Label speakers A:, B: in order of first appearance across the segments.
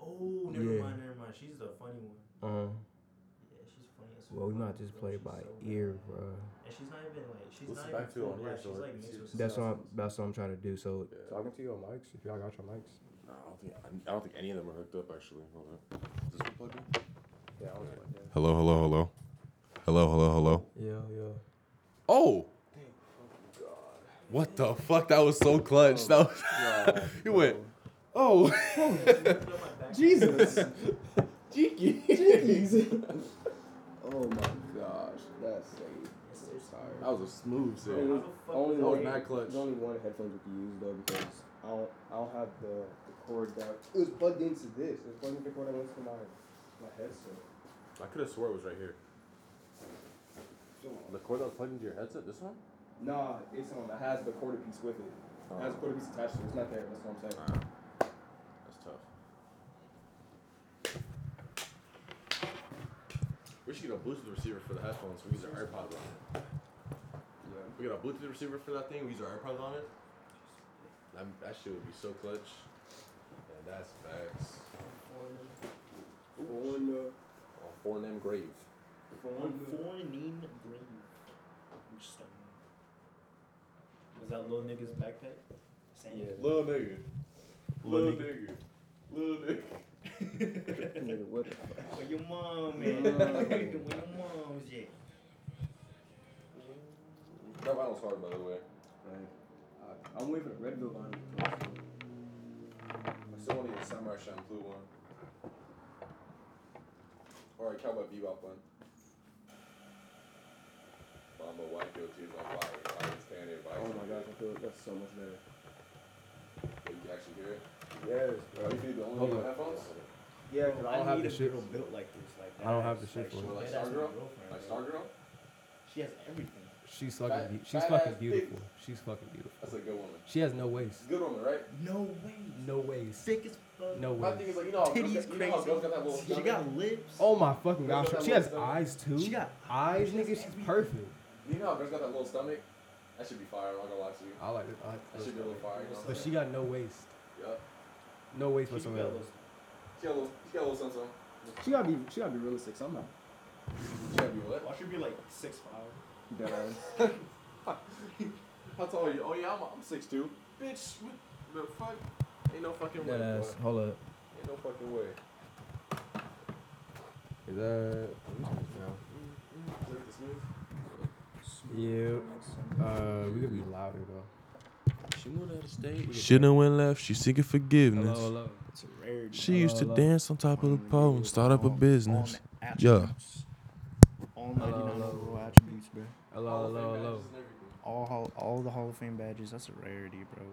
A: Oh, never
B: Yeah.
A: mind, never mind. She's the funny one.
B: Um,
A: Yeah, she's funny as
B: well, we
A: fuck,
B: might just
A: bro.
B: play
A: She's
B: by
A: so bad.
B: ear, bro.
A: And she's not even like she's
C: Listen
A: not
C: back
A: even
C: to it
A: full
C: on here,
A: black.
C: so
A: She's
C: it-
A: like
C: it's
A: mixed with
C: just-
B: That's what I'm,
A: South-
B: that's what I'm trying to do. So
C: Yeah.
B: talking to your mics, if y'all got your mics.
C: No, I don't think I, I don't think any of them are hooked up actually. Hold on. Is this one plugged in?
B: Yeah, I was like that.
C: Hello, hello, hello. Hello, hello, hello.
B: Yeah, yeah.
C: Oh. What the fuck? That was so clutch. That was, you went. Oh,
A: Put on my back.
D: Jesus.
C: cheeky.
D: Jeez. oh my gosh. That's safe.
A: Yes, there's-
D: Tired.
C: That was a smooth
A: How the
C: save.
A: fuck
D: Only
A: was
C: That was
A: it-
C: mad clutch.
D: There's only one headphones we can use though because I don't, I don't have the, the cord that it was plugged into this. It was plugged into the cord that went to my my headset.
C: I could have swore it was right here. The cord that was plugged into your headset. This one.
D: Nah, it's on. It has the quarter piece with it. It has a quarter piece attached to it. It's not there. That's what I'm saying.
C: Ah, that's tough. We should get a Bluetooth receiver for the headphones. We use our AirPods on it.
D: Yeah.
C: We got a Bluetooth receiver for that thing. We use our AirPods on it. That, that shit would be so clutch. Yeah, that's facts.
D: Foreign, uh,
C: On four name grave.
D: foreign,
A: On foreign grave. Interesting. Was that little nigga's backpack? Same.
D: Yeah.
C: Little nigga.
A: Little
C: nigga. Little nigga.
D: Nigga, what? the-
A: Where your mom at?
D: No.
A: Where your mom's at?
C: That vinyl's hard, by the way.
D: Like, I- I'm waiting for the red bill on. it.
C: I still want to get a Samurai Champloo one. Or a Cowboy Bebop one. Mama White Guilty is on fire. I can stand it.
D: Oh my gosh, I feel that's so much better.
C: You can actually hear it.
D: Yes,
C: Are you the only
B: Hold
C: one with
B: up.
C: headphones?
D: Yeah,
A: Bro,
D: cause
A: I
B: don't have
A: need
B: the
A: a
B: shit.
A: girl built like this, like that.
B: I don't have the shit
A: Like,
B: for
A: she-
B: it.
C: Like
A: that's my
C: Stargirl?
A: girlfriend,
C: Like
A: bro.
C: Stargirl?
A: She has everything.
B: She's
C: Fat-
B: fucking be- she's
C: fat
B: fucking
C: ass bitch.
B: beautiful. She's fucking beautiful.
C: That's a good woman.
B: She has no waist.
C: Good woman, right?
A: No way.
B: No waist.
A: Thick as fuck.
B: No
C: My thing
B: waist.
C: is like, you know how girls,
A: Titties
C: got- you know how
A: crazy.
C: girls got that little
A: She got lips.
B: Oh my fucking
C: Look
B: gosh.
C: at that
B: She has
C: little
B: eyes too.
A: She got
B: eyes,
A: she has
B: nigga. She's
A: everything.
B: perfect.
C: You know how girls got that little stomach? That should be fire. I'm not gonna lie to you.
B: I like it.
C: That should be a little fire. You know?
B: But she got no waist.
C: Yup.
B: No waist
A: She got
B: whatsoever.
A: those-
C: She got a little, she got a little something.
D: she gotta be, she gotta be realistic somehow.
C: She gotta be what?
A: Watch her be like six five.
D: Dead ass.
C: How tall are you? Oh yeah, I'm, I'm 6'2". Bitch, what the fuck? Ain't no fucking way. boy.
B: Hold up.
C: Ain't no fucking way.
B: Is that? Yeah. Uh, we could be louder though.
C: She moved out of state.
E: Shouldn't went left. She's seeking
B: Hello,
E: forgiveness.
B: hello.
A: It's a rare.
E: She
B: Hello,
E: used to
B: hello.
E: dance on top of the pole and start up a business. Yeah.
A: All
B: Hello,
A: 99
B: hello.
A: overall attributes, bro.
B: Hello, hello, hello.
A: All hall, all the Hall of Fame badges. That's a rarity, bro.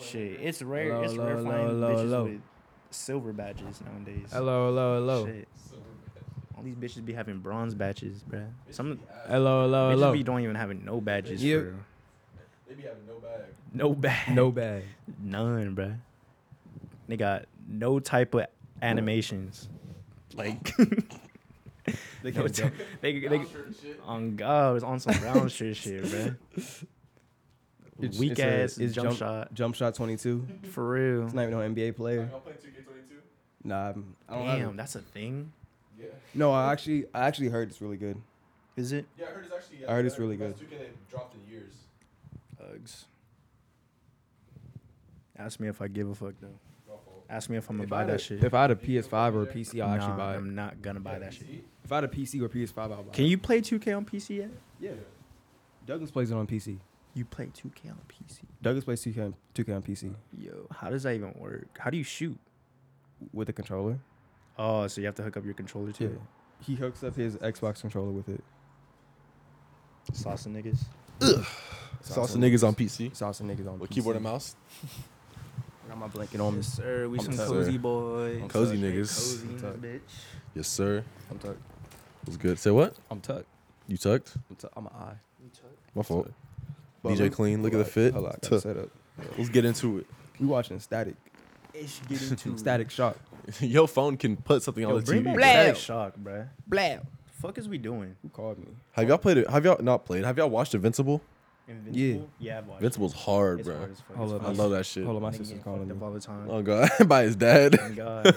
A: Shit, it's rare.
B: Hello,
A: it's rare
B: hello,
A: finding
B: hello,
A: bitches
B: hello.
A: with silver badges nowadays.
B: Hello, hello, hello.
A: Shit. All these bitches be having bronze badges, bro. Some
B: Hello, hello,
A: bitches
B: hello.
A: be don't even having no badges.
B: Yeah.
A: for real.
C: They be having no bag.
A: no bad.
B: No bag.
A: None, bruh. They got no type of animations. Like no
B: They can't.
A: ty- they, they,
C: Brown shirt and shit.
A: on God, it was on some brown shit, shit, bruh.
B: It's-
A: Weak
B: it's a-
A: ass
B: it's
A: jump,
B: jump-
A: shot
B: Jump shot 22.
A: for real.
B: It's not even an NBA
C: Y'all
B: player.
C: gonna play 2K22?
B: Nah, I'm- I don't have
A: Damn,
B: it.
A: that's a thing.
C: Yeah.
B: No, I actually, I actually heard it's really good.
A: Is it?
C: Yeah, I heard it's actually. uh,
B: I heard it's really
C: best 2K they've dropped in years.
A: Uggs. Ask me if I give a fuck though.
C: My fault.
A: Ask me if I'm gonna
B: If I
A: buy
B: had a-
A: that shit.
B: If I had a PS5 or a PC, I'll
A: Nah,
B: actually buy it.
A: I'm not gonna buy
C: Yeah,
A: that
C: PC?
A: shit.
B: If I had a PC or PS5, I'll buy
A: Can
B: it.
A: you play 2K on PC yet?
B: Yeah. Douglas plays it on PC.
A: You play 2K on PC.
B: Douglas plays 2K, on- 2K on PC
A: Yo, how does that even work? How do you shoot?
B: with a controller.
A: Oh, so you have to hook up your controller
B: Yeah.
A: too.
B: He hooks up his Xbox controller with it.
A: Sauce and niggas.
C: Salsa niggas on PC.
B: Sauce and niggas on
C: With
B: PC.
C: keyboard and mouse.
B: Got my blanket on me.
A: sir. We
C: I'm some tired. cozy
A: boys.
C: I'm cozy niggas.
A: Cozy in
B: tired.
A: this
C: Yes, sir.
B: I'm tucked.
C: Was good. Say what?
B: I'm tucked.
C: You tucked?
B: I'm tucked. I'm an eye.
C: My fault.
B: But
C: DJ
B: look-
C: Clean, look at the
B: Hold on,
C: fit.
B: Hold on, I got
C: Tuh.
B: set up.
C: Let's get into it.
B: We watching Static.
A: bitch. Ish getting too
B: Static Shock.
C: Your phone can put something
A: Yo,
C: on the
A: bring
C: TV.
A: back
C: bro.
A: Static Shock, bruh.
B: Blah.
A: Fuck is we doing?
B: Who called me?
C: Have y'all played it? Have y'all not played? Have y'all watched Invincible?
A: Invincible. Yeah, I've watched.
C: Vince was hard,
A: It's
C: bro.
A: hard as fuck.
B: Hold
A: It's
B: up,
C: I
A: funny.
C: love that shit.
B: Hold on, my
A: Nigga
B: sister's
A: getting
B: calling
A: fucked
B: me.
A: up all the time.
C: Oh god, by his dad.
A: Thank Oh God.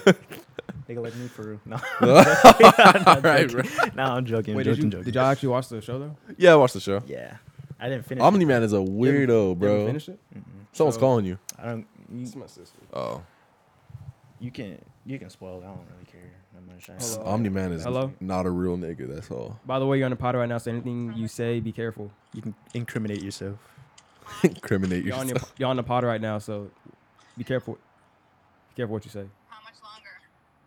A: Nigga like me for real. No,
C: All right, bro.
A: nah, I'm joking.
B: Wait,
A: joking,
B: did you
A: joking.
B: did y'all actually watch the show though?
C: Yeah, I watched the show.
A: Yeah, I didn't finish.
C: Omni
A: it.
C: Man is a weirdo,
B: Didn't
C: bro.
B: finish it?
C: Someone's
B: So-
C: calling you.
A: I don't. You,
B: my sister.
C: Oh,
A: you can you can spoil. it. I don't really care that much. I-
B: Hold on.
C: Omni Man is
B: Hello?
C: not a real nigga. That's all.
B: By the way, you're on the pod right now, so anything you say, be careful.
A: You can incriminate yourself.
C: Incriminate
B: You're on,
C: yourself.
B: your, you're on the pod right now, so be careful. Be careful what you say.
F: How much longer?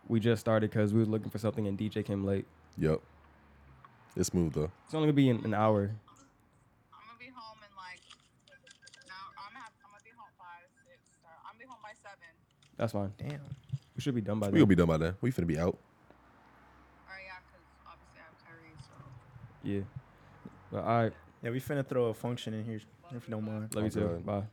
B: We just started because we was looking for something and DJ came late.
C: Yep. It's smooth though.
B: It's only gonna be in an hour.
F: I'm gonna be home in like. No, I'm gonna, have, I'm gonna be home by six. Or I'm gonna be home by seven.
B: That's fine.
A: Damn.
B: We should be done by
C: We gonna
B: then.
C: be done by then. We finna be out.
F: Or yeah, 'cause obviously I have Kyrie. So.
B: yeah. But, all right.
A: Yeah, we finna throw a function in here if you don't mind.
B: Love you
C: Oh,
B: too.
C: God.
B: Bye.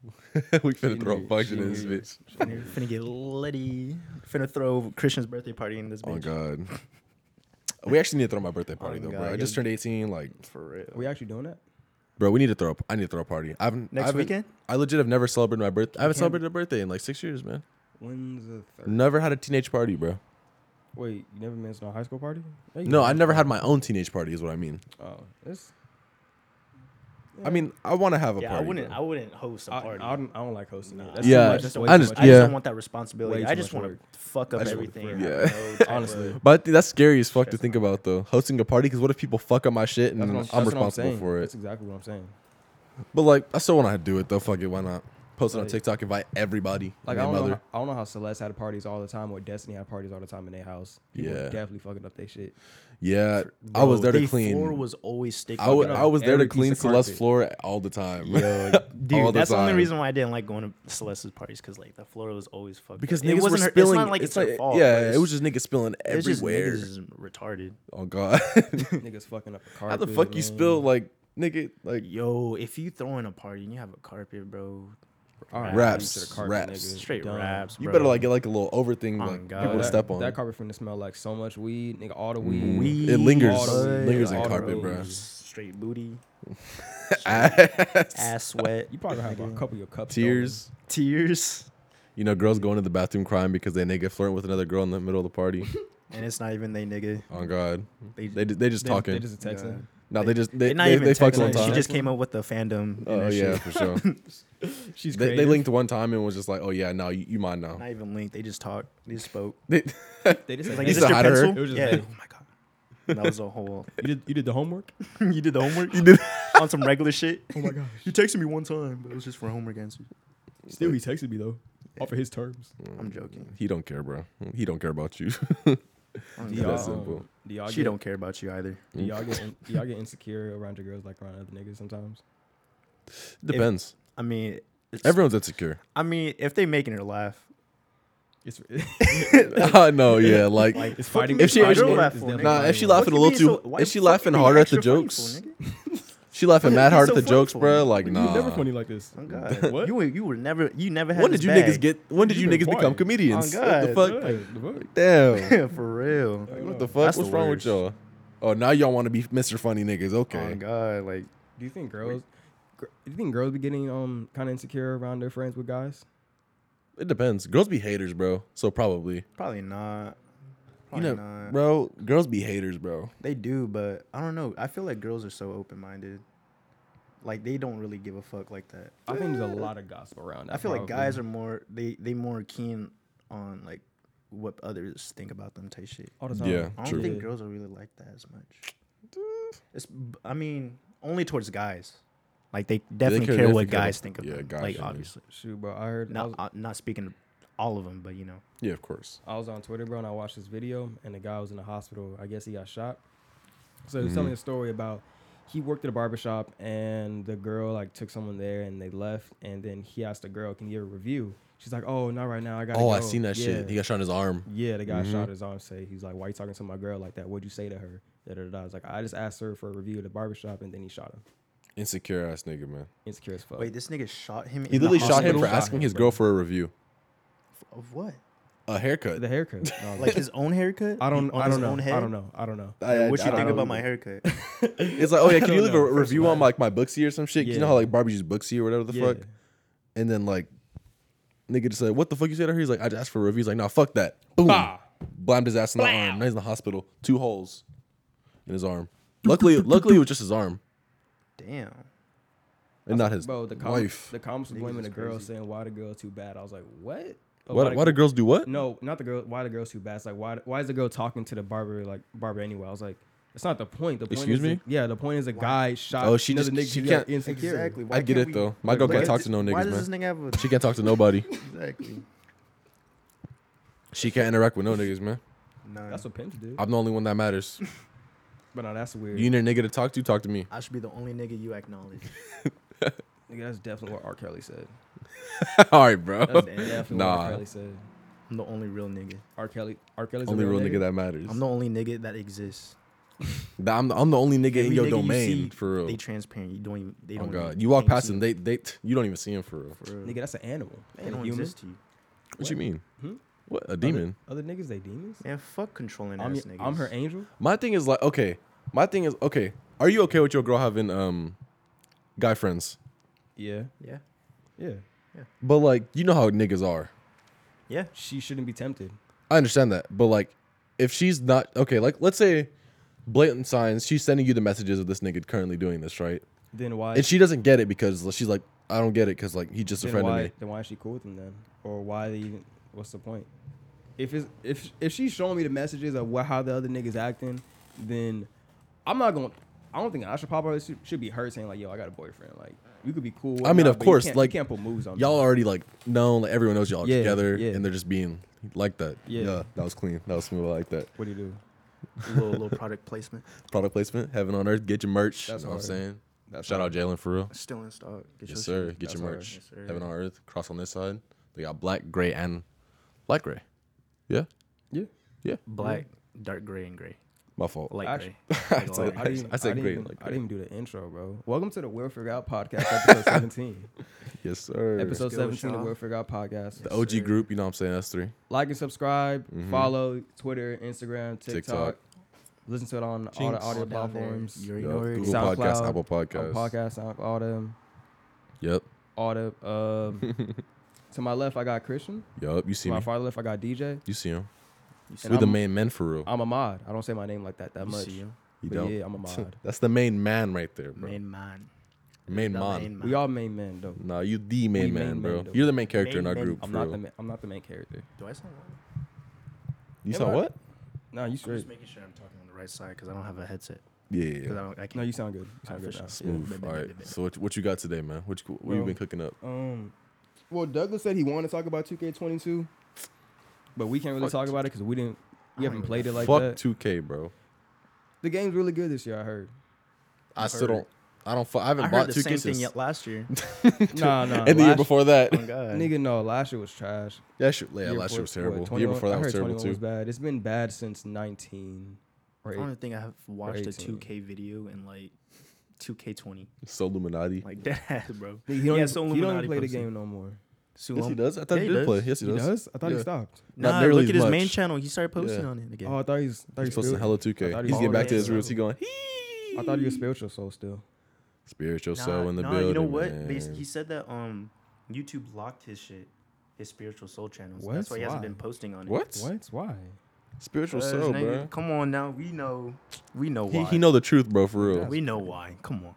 C: we finna
B: Shouldn't
C: throw a
B: we-
C: function in this
B: shouldn't we-
C: bitch.
A: Finna, finna get litty. Finna throw Christian's birthday party in this
C: Oh
A: bitch.
C: god. We actually need to throw my birthday party
A: Oh,
C: though,
A: God,
C: bro. I
A: yo.
C: just turned 18. Like,
A: For real.
B: Are we actually doing that?
C: bro, we need to throw. up. I need to throw a party. I haven't I
A: Next
C: haven't-
A: weekend?
C: I legit have never celebrated my birthday. I haven't
A: can't-
C: celebrated a birthday in like six years, man.
B: When's the third?
C: Never had a teenage party, bro.
B: Wait, you never been to a high school party? Yeah, you
C: No,
B: did.
C: I never had my own teenage party. Is what I mean.
B: Oh, it's.
C: I mean, I want to have a
A: Yeah,
C: party.
A: I wouldn't.
C: bro.
A: I wouldn't host a
B: I,
A: party.
B: I don't, I don't like hosting. That.
A: Nah.
B: That's
C: Yeah,
B: too much. That's
A: I just-
B: way too
C: honest-
B: much.
A: I
C: yeah.
A: just don't want that responsibility.
B: Way
A: I
B: too
A: just
B: much
A: want
B: work.
A: to fuck up
C: I just-
A: everything.
C: yeah.
B: Honestly.
A: honestly,
C: But that's scary as fuck to think about though. Hosting a party because what if people fuck up my shit and
B: That's
C: I'm,
B: what that's what
C: responsible
B: saying.
C: for it?
B: That's exactly what I'm saying.
C: But like, I still want to do it though. Fuck it, why not? Post it on
B: Like-
C: TikTok, invite everybody.
B: Like
C: and
B: I
C: their
B: don't know.
C: mother.
B: How, I don't know how Celeste had parties all the time or Destiny had parties all the time in their house. People
C: Yeah.
B: definitely fucking up their shit.
C: Yeah, I was there to clean.
A: Floor was always sticky.
C: I, would,
B: fucking
C: I
B: up
C: was there to
B: every piece
C: clean
B: of
C: Celeste's
B: carpet.
C: floor all the time.
A: Dude,
C: All the
A: that's the only
C: time.
A: reason why I didn't like going to Celeste's parties because like the floor was always fucked.
C: because
A: up.
C: niggas
A: it wasn't
C: were
A: her-
C: spilling.
A: It's not like it's, her fault. but
C: yeah,
A: it's-
C: it was just niggas spilling
A: it's just
C: everywhere.
A: niggas is retarded.
C: oh god,
B: Niggas fucking up a
C: how
B: carpet.
C: the fuck you
B: man.
C: spill like nigga like
A: Yo, if you throwing a party and you have a carpet, bro,
B: All right,
C: Raps,
B: to the carpet,
C: raps.
B: nigga.
A: straight
B: Done.
A: raps.
C: you
A: bro.
C: better like get like a little over thing
A: Oh,
C: like
A: God.
C: people
B: Yo,
C: to
B: that,
C: step on. Mm.
B: That carpet finna smell like so much weed, nigga. All the weed.
A: Weed,
C: It lingers,
B: all the weed,
C: lingers in
B: all the
C: carpet,
B: weed.
C: bro.
A: Straight booty,
C: Ass,
A: ass sweat,
B: You probably have a couple of your cups.
C: tears.
A: tears,
C: You know, girls going to the bathroom crying because they nigga flirting with another girl in the middle of the party.
A: and it's not even they nigga.
C: oh God,
A: They,
C: they ju- they just
B: They,
C: talking.
B: they just a texting.
C: no, they just
A: they
C: they
A: not
C: they,
A: even
C: they fucked
A: texting,
C: one
B: texting.
C: time.
A: She just came up with the fandom.
C: oh yeah,
A: and yeah, shit.
C: for sure.
B: She's
C: they, they
B: creative.
C: linked one time and was just like, oh yeah, no, you, you mine now.
A: not even linked. They just talked. They just spoke.
C: They-
B: They just
A: Like,
B: hey,
A: is
C: said
A: this your
C: hi to her.
A: pencil?
B: It was just
A: yeah.
B: hey.
A: Oh my god. That was a whole.
B: you did you did the homework.
A: you did the homework. You
C: did-
A: on some regular shit.
B: Oh my gosh.
A: You texted me one time, but it was just for homework answers.
B: Still, he texted me though. Off of his terms.
A: I'm joking.
C: he don't care, bro. He don't care about you.
A: I don't
B: Do
A: give
B: y'all,
A: a
C: That's
A: fuck.
B: um,
C: simple. Mm.
B: do y'all
A: Oh, She
B: get,
A: don't care about you either.
B: Do y'all get in, do y'all get insecure around your girls like around other niggas sometimes?
C: Depends.
A: I mean, it's,
C: Everyone's insecure.
A: I mean, if they making her laugh,
B: It's
C: I know, yeah. Like,
A: like
B: it's fighting.
C: If
B: it's
C: she-
B: fighting
C: if she-
B: words,
A: laugh
B: it's
A: for,
B: definitely
C: nah,
B: fighting
C: if she
B: words.
C: laughing a little too, if she laughing hard at the jokes, she laughing mad hard at the jokes, bro. Like,
B: You
C: nah.
B: never funny like this.
A: Oh God,
B: What?
A: you were- you were never you never had.
C: When
A: this
C: did you
A: bag.
C: niggas get? When did
B: You
C: you
B: been
C: niggas become
B: quiet.
C: comedians?
A: Oh,
C: What the
A: God.
C: fuck?
B: Yeah, the fuck?
C: Damn.
A: for real?
B: I
A: Like,
B: don't
C: What
B: know.
C: the fuck?
A: That's
C: What's
A: the
C: wrong with
A: worst.
C: y'all? Oh, now y'all want to be Mr. Funny niggas?
A: Oh
C: Okay.
A: God, like
B: Do you think girls? gr- Do you think girls be getting um kind of insecure around their friends with guys?
C: It depends. Girls be haters, bro. So probably.
A: probably not.
C: You
A: Probably
C: know,
A: not.
C: bro. Girls be haters, bro.
A: They do, but I don't know. I feel like girls are so open minded. Like they don't really give a fuck like that.
B: I think there's a lot of gossip around. That
A: I feel like guys are more they they more keen on like what others think about them type shit.
B: all the time.
C: Yeah.
A: I don't
C: True.
A: think girls are really like that as much. It's b- I mean only towards guys. Like they definitely
C: care-
A: care, what
C: definitely care.
A: guys think of
C: Yeah,
A: them.
C: guys
A: like
C: should do.
A: obviously,
B: Shoot, bro. I heard. I,
A: not
B: was,
A: uh, not speaking to all of them, but you know.
C: Yeah, of course.
B: I was on Twitter, bro, and I watched this video, and the guy was in the hospital. I guess he got shot. So he was
C: Mm-hmm.
B: telling a story about he worked at a barbershop, and the girl like took someone there, and they left, and then he asked the girl, "Can you give a review?" She's like, "Oh, not right now. I got."
C: Oh,
B: go.
C: I seen that shit.
B: Yeah.
C: He got shot in his arm. Mm-hmm.
B: Yeah, the guy shot his arm. Say he's like, "Why you talking to my girl like that? What'd you say to her?" Da, da, da, da. I was like, "I just asked her for a review at the barbershop, and then he shot him.
C: Insecure ass nigga, man.
B: Insecure as fuck."
A: Wait, this nigga shot him.
C: He literally shot him
B: hospital?
C: for
B: Shot
C: asking
B: him,
C: his
B: bro.
C: girl for a review.
A: of what?
C: a haircut.
B: The haircut. No,
A: Like his own haircut?
B: I don't.
A: On
B: I
A: his
B: don't know.
A: own
B: I
A: head?
B: don't know. I don't know.
C: I- I-
A: what
C: I
A: you
C: don't
A: think
C: know
A: about
C: either.
A: my haircut?
C: It's like, oh yeah,
B: I
C: can you
B: don't
C: leave
B: know,
C: a
B: first
C: review
B: of
C: on like my Booksy or some shit? You know how
B: Yeah.
C: like Barbie's Booksy or whatever the fuck,
B: Yeah.
C: and then like nigga just said, "What the fuck you said?" He's like, "I just asked for reviews." Like, nah, fuck that. Boom,
B: Bah.
C: blamed his ass in the arm. Now he's in the hospital. Two holes in his arm. Luckily, luckily it was just his arm
A: Damn.
C: and not his
B: Bro, the comments.
C: wife.
B: The comments was
A: Niggas
B: blaming
A: is
B: the girl,
A: crazy.
B: saying why the girl too bad. I was like, what? Oh,
C: Why,
B: the-
C: why do girls do what?
B: No, not the girl. Why the girl's too bad? It's like why? Why is the girl talking to the barber like barber anyway? I was like, it's not the point. The point
C: Excuse
B: is
C: me?
B: the- yeah, the point is a guy shot.
C: Oh, she
B: another
C: just-
B: nigga
C: she
B: because
C: can't-
B: insecure.
A: Exactly. Why
C: I get
A: can't
C: it
A: we-
C: though. My girl
A: Like,
C: can't talk to no
A: Why
C: niggas,
A: does this
C: man.
A: nigga have a
C: She can't talk to nobody.
A: exactly?
C: She can't interact with no niggas, man.
A: Nah.
B: That's what Pimps did.
C: I'm the only one that matters.
B: But no, that's weird.
C: You need a nigga to talk to, talk to me.
A: I should be the only nigga you acknowledge.
B: Nigga, that's definitely what R. Kelly said.
C: All right, bro.
B: That's definitely what R.
C: Nah,
B: Kelly said.
A: I'm the only real nigga.
B: R. Kelly. R. Kelly's
C: only
B: a
C: real nigga that matters.
A: I'm the only nigga that exists.
C: Th- I'm the, I'm the only nigga in
A: Every
C: your
A: nigga you
C: domain
A: see,
C: for real.
A: They transparent. You don't even. They
C: oh
A: don't.
C: god,
A: even-
C: you walk
A: can't
C: past
A: see
C: them, they they t- you don't even see him for real.
A: for real.
B: Nigga, that's an animal. They
A: They
B: ain't a
A: don't
B: human.
A: exist to you.
C: What you mean?
B: Hmm?
C: What a demon?
B: Other niggas, they demons.
A: Man, fuck controlling
B: I'm,
A: ass niggas.
B: I'm her angel.
C: My thing is like okay, my thing is okay. Are you okay with your girl having um guy friends?
B: Yeah.
A: Yeah.
B: Yeah.
C: But like you know how niggas are.
A: Yeah.
B: She shouldn't be tempted.
C: I understand that, but like if she's not okay, like let's say blatant signs, she's sending you the messages of this nigga currently doing this right,
B: Then why?
C: and she doesn't get it because she's like I don't get it because like he's just a
B: then
C: friend
B: why?
C: of me.
B: Then why is she cool with him then? Or why they even? What's the point? If it's if if she's showing me the messages of what how the other niggas acting, then I'm not going. to I don't think I should pop out. It should, should be her saying like, "Yo, I got a boyfriend." Like, you could be cool.
C: I
B: whatnot,
C: mean, of
B: but you
C: course,
B: can't-
C: like,
B: you can't put moves on
C: y'all
B: me.
C: already like known, like everyone knows y'all
B: Yeah,
C: together,
B: yeah.
C: and they're just being like that.
B: Yeah.
C: that was clean. That was smooth. I like that.
B: What do you do?
A: little little product placement.
C: Product placement, heaven on earth. Get your merch.
B: That's
C: That's what I'm
B: hard.
C: saying.
B: That's
C: Shout out Jalen for real.
A: Still in stock. Get
C: Yes,
A: your
C: sir.
A: shit.
C: Get
B: That's
C: your
B: hard.
C: merch.
A: Yes, sir.
C: heaven on earth. Cross on this side. They got black, gray, and light gray. Yeah,
B: Yeah.
C: yeah.
A: Black, dark gray, and gray.
C: My fault.
A: Light
B: Actually-
A: gray. Like all
C: said-
A: gray.
B: I didn't,
C: I
B: I
C: said
B: didn't
C: great,
B: Even,
C: like
B: I didn't even do the intro, bro. Welcome to the World Figure Out Podcast, episode 17.
C: Yes, sir.
B: episode
A: Skill
B: 17 of
A: shop.
B: the World Figure Out Podcast.
C: the OG
A: sir.
C: group. You know what I'm saying? That's three.
B: Like and subscribe, follow Twitter, Instagram, TikTok.
C: Mm-hmm. TikTok.
B: Listen to it on all the
C: Jinx.
B: audio
A: All down there.
B: platforms.
A: You already
C: Yeah,
A: know where it
C: Google
A: is.
B: SoundCloud,
C: Podcast, Apple
B: Apple
C: Podcast.
B: Podcast, Sound- all them,
C: Yep,
B: all the. Um, to my left, I got Christian.
C: yep. You see
B: to my
C: me.
B: far left, I got DJ.
C: You see him.
A: You see
C: We the
B: I'm-
C: main men for real.
B: I'm a mod. I don't say my name like that that
A: You
B: much.
A: see him.
C: You
B: but
C: don't.
B: yeah, I'm a mod.
C: That's the main man right there, bro.
A: Main man.
C: Main
A: The
C: man.
A: main
B: We all main men though.
C: Nah, you the main
B: We
C: man,
B: main
C: bro.
B: man, though.
C: You're the main character
A: Main
C: in our
A: man.
C: group.
B: I'm
C: for
B: not
C: real.
B: the ma- I'm not the main character.
A: Do I sound loud?
C: You
B: Am
C: saw
B: I?
C: what?
B: No, you
A: I'm
B: straight.
A: just making sure I'm talking on the right side because I don't have a headset.
C: Yeah,
A: 'Cause I, don't, I can't.
B: No, you sound good. You
A: Alright,
B: sound good
A: for sure.
B: now.
C: Smooth.
A: Yeah.
C: All right. So what, what you got today, man? What you, what you
B: Well,
C: been cooking up?
B: Um, well, Douglas said he wanted to talk about 2K22, but we can't really
C: Fuck
B: talk about it because we didn't, we haven't played it like
C: Fuck
B: that.
C: 2K, bro.
B: the game's really good this year, I heard.
C: I still
A: heard.
C: don't. I don't. fu- I haven't
A: I
C: bought
A: heard the
C: 2K
A: same
C: since.
A: thing yet last year.
B: nah, nah.
C: and the year
B: last-
C: before that.
A: oh god.
B: nigga, no, last year was trash.
C: That shit, yeah,
B: Year
C: last year was
B: before- what,
C: terrible. the year
B: 21
C: before
B: I
C: that was
B: heard
C: terrible
B: 21
C: too.
B: was bad. It's been bad since 19 or
A: I
B: eight.
A: don't think I have watched a
B: 18.
A: 2K video in like 2K20.
C: so Illuminati.
A: Like dead ass, bro.
B: Nigga, He don't,
A: Yeah,
B: even,
A: so
B: he don't even
A: Illuminati
B: play the
A: posted.
B: game no more.
C: yes, he
A: Sulum-
C: does. I thought
A: Yeah,
C: he
A: he
C: did play.
A: does.
C: Yes, he
B: He
C: does.
B: does? I thought he
C: Yeah.
B: stopped.
C: Not
A: Nah,
C: nearly
A: look
C: as
A: at his main
C: much.
A: channel. He started posting on it again.
B: Oh, I thought he's. I thought
C: He's
B: he
C: supposed to
B: spiritual.
C: hella
B: I
C: 2K.
B: thought
C: He's
B: he
C: getting back to
A: was
C: his roots. He going
B: I thought he was spiritual soul still.
C: spiritual
A: Nah,
C: soul in the
A: nah,
C: building.
A: you know what?
C: Man.
A: They s- he said that um YouTube locked his shit, his spiritual soul channels.
B: What?
A: That's why he hasn't
B: Why?
A: been posting on it.
C: what?
B: What? Why?
C: Spiritual
A: Cuz,
C: soul,
A: nigga,
C: bro.
A: Uh, Come on now, we know, we know why.
C: He, he know the truth, bro. For real.
A: We know why. Come on.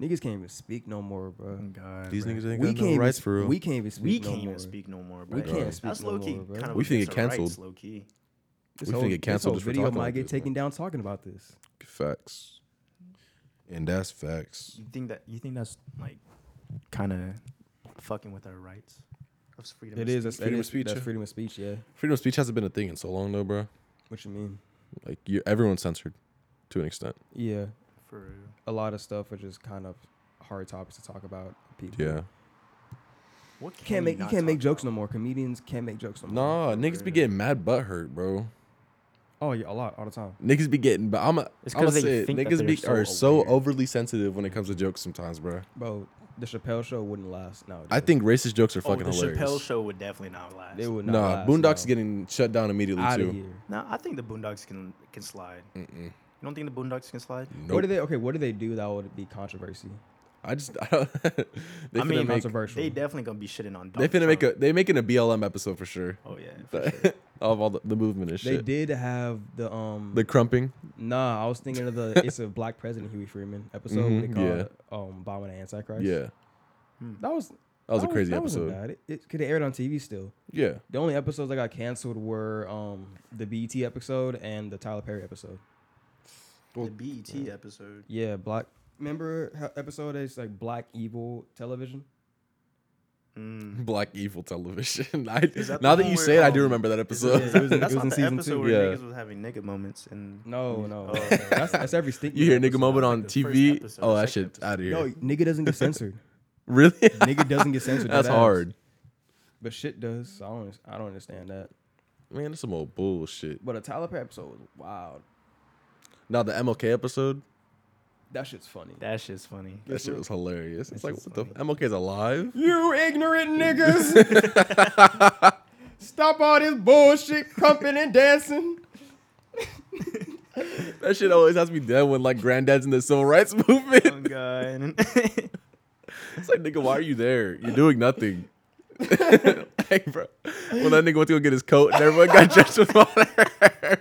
B: Niggas can't even speak no more, bro.
A: God,
C: These
A: bro.
C: niggas ain't
B: we
C: got
B: can't
C: no
B: even
C: rights
B: s-
C: for real.
B: We can't even speak.
A: We
B: no
A: can't
B: more.
A: even speak no more.
B: We
A: bro.
B: can't speak
A: That's
B: no
A: low key.
B: more, bro.
A: Kind of
C: We finna
A: against
C: get
A: our rights,
C: canceled.
A: Low key.
B: This
C: We finna
B: whole-
C: get
B: this
C: canceled
B: whole
C: just for
B: video
C: talking
B: might
C: like
B: get
C: this,
B: taken down talking about this.
C: Facts. And that's facts.
A: You think that? You think that's like kind of fucking with our rights of freedom?
B: It
A: of
B: is
A: speech?
B: that's
C: Freedom
B: it
C: of
B: is-
C: speech,
B: That's
C: yeah.
B: freedom of speech. Yeah.
C: Freedom of speech hasn't been a thing in so long though, bro.
B: What you mean?
C: Like you everyone's censored to an extent.
B: Yeah.
A: for real.
B: A lot of stuff are just kind of hard topics to talk about. People.
C: Yeah.
A: What
B: You can't make you
A: not
B: can't make
A: talk
B: jokes
A: about?
B: no more. Comedians can't make jokes no more.
C: Nah, niggas be getting mad butt hurt, bro.
B: Oh yeah, a lot all the time.
C: Niggas be getting but I'm a
A: It's
C: I'm
A: 'cause
C: gonna
A: they
C: say it,
A: think that
C: niggas
A: they're
C: be
A: so
C: are so
A: aware.
C: overly sensitive when it comes to jokes sometimes, bro.
B: Bro, the Chappelle show wouldn't last nowadays.
C: I think racist jokes are fucking
A: oh, the
C: hilarious.
A: Chappelle show would definitely not last.
B: they would not.
C: Nah,
B: last,
C: Boondocks
B: no.
C: getting shut down immediately
B: Outta
C: too.
B: here.
A: No, I think the Boondocks can can slide. You don't think the Boondocks can slide?
B: What
C: Nope.
B: do they? Okay, what do they do that would be controversy?
C: I just I don't.
A: I
C: they finna
A: mean,
C: make,
B: Controversial.
A: they definitely gonna be shitting on.
C: they
A: Donald
C: finna make a
A: Trump.
C: they making a BLM episode for sure.
A: Oh yeah.
C: of all the, the movement and
B: They
C: shit.
B: did have the um.
C: The crumping.
B: nah, I was thinking of the it's a black president Huey Freeman episode. where
C: Mhm,
B: they called
C: yeah.
B: it, um bombing the Antichrist.
C: Yeah,
A: Hmm.
B: that was that
C: that was a crazy
B: Oh, that wasn't
C: episode.
B: bad. It, it could have aired on TV still.
C: Yeah,
B: The only episodes that got canceled were um the BET episode and the Tyler Perry episode.
A: The BET episode.
B: Yeah, black. Remember how episode is like black evil television.
A: Mm.
C: Black Evil Television. I,
A: that the
C: now that
A: one
C: you
A: where,
C: say it, I do
A: um,
C: remember that
A: So
C: episode.
B: it was
A: that's
B: in- it was
A: not
B: in
A: the
B: season
A: episode
B: two.
A: where
C: Yeah.
A: niggas was having nigga moments and
B: No, no,
A: Oh,
B: that's that's every stigma.
C: you hear nigga
B: episode.
C: moment on
A: like the first
C: TV.
A: episode,
C: oh, that
A: second
C: shit out of here.
B: No, nigga doesn't get censored.
C: really?
B: nigga doesn't get censored.
C: That's
B: deadass.
C: hard.
B: But shit does. So I don't. I don't understand that.
C: Man, that's some old bullshit.
B: But a Tyler Perry episode was wild.
C: Now the MLK episode.
B: That shit's funny.
A: that shit's funny.
C: That shit was hilarious. It's like
A: shit's
C: what the MLK's alive.
B: You ignorant niggas! Stop all this bullshit, crumping and dancing.
C: That shit always has me dead when like granddad's in the civil rights movement.
A: Oh god. that
C: It's like, nigga, why are you there? You're doing nothing. like, bro. When that nigga went to go get his coat and everyone got judged with water.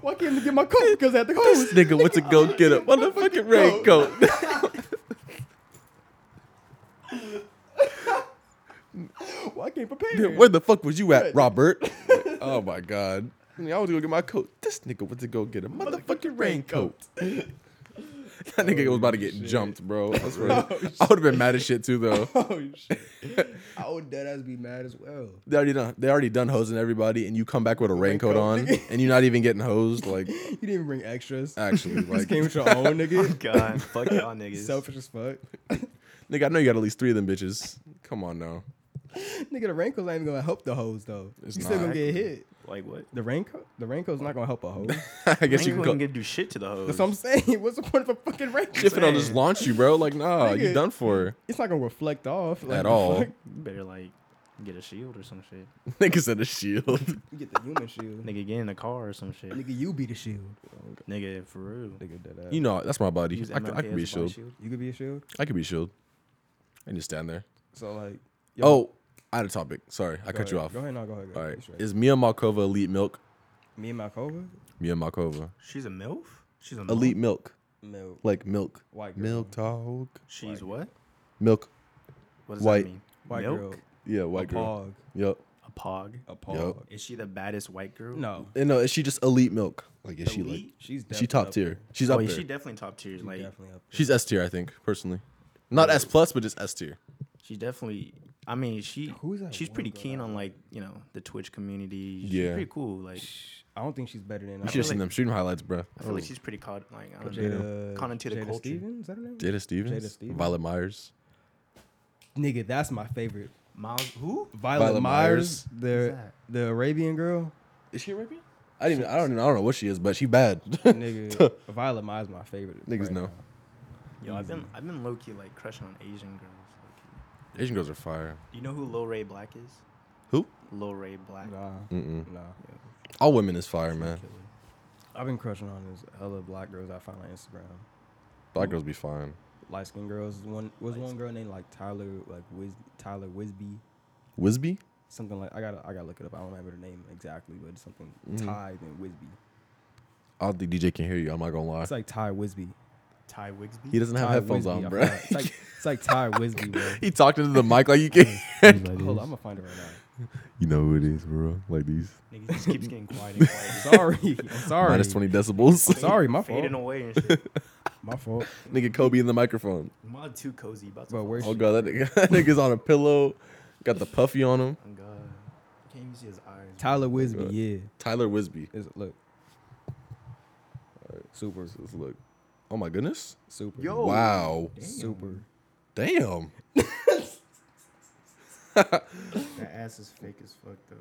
B: Why can't I get my coat? Because I had the
C: this
B: coat.
C: nigga went to go get a motherfucking raincoat.
B: Why can't I prepare?
C: Where the fuck was you at, Robert? oh my god. I was gonna get my coat. This nigga went to go get a motherfucking raincoat. That nigga was about to
A: Oh,
C: get jumped, bro. I, swear. I would have been mad as shit too, though.
B: Oh shit! I would deadass be mad as well.
C: They already done. They already done hosing everybody, and you come back with a raincoat, on,
B: nigga.
C: and you're not even getting hosed. Like
B: You didn't even bring extras.
C: actually,
B: You just
C: like
B: came with your own nigga.
A: Oh, god, fuck y'all niggas.
B: Selfish as fuck.
C: Nigga, I know you got at least three of them bitches. Come on now.
B: Nigga, the raincoat's not even gonna help the hose though.
C: It's
B: you still
C: not.
B: gonna get hit.
A: like what?
B: The raincoat, the raincoat's not gonna help a hose.
C: I guess
A: Guess you
C: you can go.
A: ain't gonna do shit to the hoes.
B: That's what I'm saying. What's the point of a fucking raincoat?
C: If it'll just launch you, bro. Like, nah, you
B: Nigga.
C: done for.
B: It's not gonna reflect off like,
C: At
B: the
C: all.
B: fuck?
A: You better like get a shield or some shit.
C: Nigga said a shield.
B: You get the human shield.
A: Nigga get in a car or some shit.
B: Nigga, you be the shield.
A: Nigga for real.
B: Nigga, dead ass.
C: You know, that's my body.
A: Use
C: I, could- I
A: MLK
C: could be a
A: as a body
C: shield.
A: shield.
B: You could be a shield.
C: I could be a shield. And just stand there.
B: So like,
C: Oh, I had a topic. Sorry, I
B: go
C: cut you
B: ahead.
C: off.
B: Go ahead, no, go ahead. Go
C: All
B: ahead.
C: right.
B: It's
C: Is Mia Markova elite milk?
B: Me and Malkova,
C: Mia Markova.
A: She's a MILF? She's a
C: Elite
A: MILF?
C: milk.
B: milk,
C: Like milk.
B: white girl,
C: Milk talk.
A: She's what?
C: Milk.
A: What does
C: White.
A: that mean?
B: white
A: Milk?
B: girl,
C: Yeah,
B: a
C: white girl.
B: pog,
C: Yep.
A: A pog.
B: a pog.
A: Is she the baddest white girl?
B: No,
C: And no, is she just elite milk? Like, is she like.
A: Elite?
B: she's definitely
C: She top
B: up
C: tier.
B: there.
C: She's
A: Oh,
C: up
A: yeah,
C: there.
A: she definitely top tier.
B: She's
A: Like
B: definitely up.
C: She's S tier, I think, personally. Not S plus, but just S tier.
A: she's definitely. I mean, she
B: Who's that
A: she's
B: one
A: pretty
B: girl
A: keen
B: that I
A: on like you know the Twitch community. She's
C: Yeah.
A: pretty cool. Like
B: Shh, I don't think she's better than.
C: You
B: uh,
C: should have seen
A: like-
C: them shooting highlights, bruh.
A: I feel like she's pretty caught. Like I don't know.
B: Jada,
A: Caught into the
B: Uh, Jada
A: culture.
B: Stevens, is that her name?
C: Jada Stevens,
B: Jada Stevens.
C: Violet Myers.
B: Nigga, that's my favorite.
A: Miles, who?
B: Violet,
C: Violet
B: Myers,
A: Who's
B: the
A: that?
B: the Arabian girl.
C: Is she Arabian? I didn't. Even, I don't. Even, I don't know what she is, but she bad.
B: Nigga, Violet Myers my favorite.
C: Niggas know.
B: now.
A: Yo, I've been I've been low key like crushing on Asian girls. Like,
C: Asian girls are fire.
A: you know who Lil Ray Black is?
C: Who?
A: Lil Ray Black.
B: Nah, nah.
C: All women is fire, man.
B: I've been crushing on this hella black girls I find on Instagram.
C: Black girls be fine.
B: Light skinned girls. One was one girl named like Tyler, like Wiz, Tyler Wisby,
C: Wisby.
B: something like. I gotta, I gotta look it up. I don't remember the name exactly, but it's something
C: Mm-hmm.
B: Ty and Wisby.
C: I don't think DJ can hear you. I'm not gonna lie.
B: It's like Ty Wisby.
A: Ty Wigsby.
C: he doesn't have
B: Ty
C: headphones
B: Wisby,
C: on,
B: I
C: bro.
B: forgot. It's like, it's like Ty Wisby, bro.
C: he talked into the mic like you can.
B: Hold on, I'm gonna find it right now.
C: you know who it is, bro. Like these
A: Nigga just keeps getting quiet and quiet.
B: Sorry, I'm sorry.
C: minus twenty decibels.
B: Sorry, my fault.
A: Fading away and shit.
B: My fault.
C: Nigga Kobe in the microphone.
A: Mod too cozy. About to
B: But
A: fall
B: where's
C: Oh
B: she?
C: god, that nigga, that nigga's on a pillow. Got the puffy on him.
A: asleep. Oh, God. Can't even see his eyes. bro.
B: Tyler
C: Oh,
B: Wisby? Yeah,
C: Tyler Wisby.
B: is look. Super,
C: Let's look. Oh my goodness.
B: super,
A: Yo.
C: wow.
B: super.
C: Damn.
A: That ass is fake as fuck though.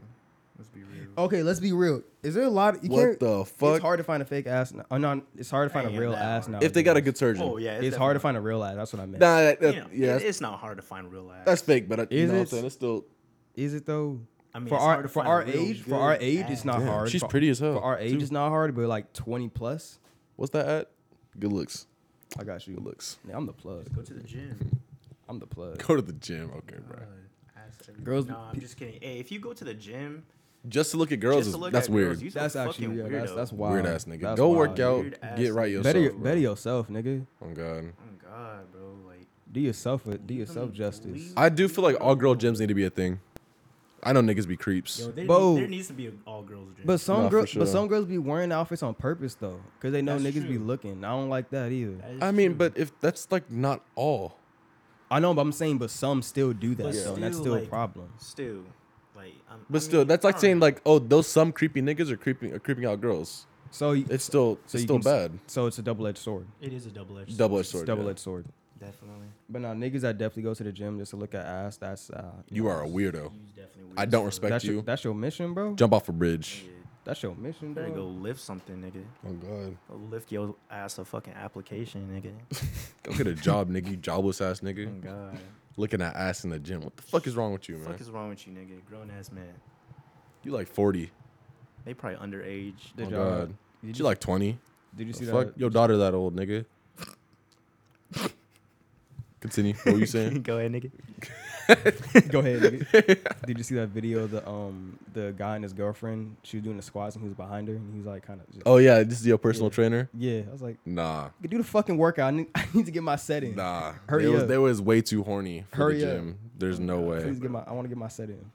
A: Let's be real.
B: Okay, let's be real. Is there a lot? You
C: What
B: can't,
C: the fuck?
B: It's hard to find a fake ass. n- Uh, no, it's hard to find
A: Ain't
B: a real
A: that
B: ass
A: hard.
B: now.
C: if they got a good surgeon.
A: Oh yeah,
B: it's, hard to find a real ass. That's what I meant.
C: Nah, that, that-
A: definitely- you know,
C: yeah,
A: it-
C: that's,
A: it's not hard to find real ass.
C: that's fake, but I, you
B: Is
C: know what I'm
B: it?
C: saying? It's still.
B: Is it though?
A: I mean,
B: for
A: it's hard
B: our
A: to
B: for
A: find
B: our
A: a real
B: age, for our
A: good
B: age, it's
A: ass.
B: not
E: Damn,
B: hard.
E: she's
B: For-
E: pretty as hell,
B: For our age,
E: too.
B: it's not hard, but like twenty plus,
C: What's that at? Good looks.
B: I got you.
C: Good looks.
B: Nah, I'm the plug.
A: Go to the gym.
B: I'm the plug.
C: Go to the gym. Okay, bro.
A: Uh, ass every-
B: Girls-
A: No, I'm just kidding. Hey, if you go to the gym,
C: Just to look at girls,
A: just to
C: is-
A: look
C: that's
A: at
C: weird.
A: Girls, you
B: That's
A: some
B: actually
A: fucking
B: yeah, that's
A: weirdo.
B: that's wild.
C: Weird ass nigga.
B: That's
C: Go
B: wild.
C: work out.
A: Weird ass
C: Get right
A: nigga.
C: yourself.
B: Better, your,
C: bro.
B: better yourself, nigga.
C: Oh god.
A: Oh God, bro. Like
B: Do yourself a, do
A: Leave
B: yourself
A: them
B: justice.
A: leave.
C: I do feel like all girl gyms need to be a thing. I know niggas be creeps.
A: Yo, there,
B: Bo-
A: need, there needs to be an all girls gym.
B: But some
C: Nah, for
B: girls,
C: sure.
B: but some girls be wearing outfits on purpose though, cause they know
A: That's
B: niggas be
A: true.
B: looking. I don't like that either.
A: That is
C: I mean,
A: true.
C: but if that's like not all.
B: I know, but I'm saying, but some still do that,
A: But
B: though, and that's
A: still,
B: still a
A: like-
B: problem.
A: still, like, I'm,
C: But
A: I
C: still,
A: mean,
C: that's
A: I
C: like
A: don't
C: saying
A: know.
C: like, oh, those some creepy niggas are creeping are creeping out girls.
B: So, you-
C: It's still
B: so
C: it's
B: you
C: still
B: can s-
C: bad.
B: So it's a double edged sword.
A: it is a double edged.
C: Double edged
B: It's
C: sword.
B: double
C: yeah.
B: edged sword.
A: Definitely.
B: But now niggas that definitely go to the gym just to look at ass. That's uh,
C: You are a weirdo.
A: He's definitely.
C: I
A: weird
C: don't
A: as fuck.
C: respect
B: that's
C: you.
B: your that's your mission, bro.
C: Jump off a bridge.
A: Yeah.
B: That's your mission,
A: Better go
B: bro.
A: lift something, nigga.
C: Oh god.
A: Go lift your ass a fucking application, nigga.
C: Go get a job, nigga. You jobless ass nigga.
A: Oh God.
C: Looking at ass in the gym. What the fuck is wrong with you,
A: The
C: man?
A: fuck is wrong with you, nigga? Grown ass man.
C: you like forty.
A: They probably underage.
B: Did
C: Oh
B: y'all-
C: god.
B: Did
C: You like twenty.
B: Did you see
C: The fuck
B: that?
C: your daughter that old, nigga. Continue. What were you saying?
A: Go ahead, nigga.
B: Go ahead. nigga. Did you see that video? of The um the guy and his girlfriend. She was doing the squats and he was behind her, and he was like kind of.
C: Oh yeah, this is your personal
B: Yeah.
C: trainer.
B: Yeah, I was like,
C: Nah,
B: "Nigga, do the fucking workout. I need, I need to get my set in.
C: nah.
B: Hurry
C: they, Was,
B: up.
C: they was way too horny for
B: Hurry
C: the
B: up.
C: gym. There's no way.
B: Please get my. I want to get my set in,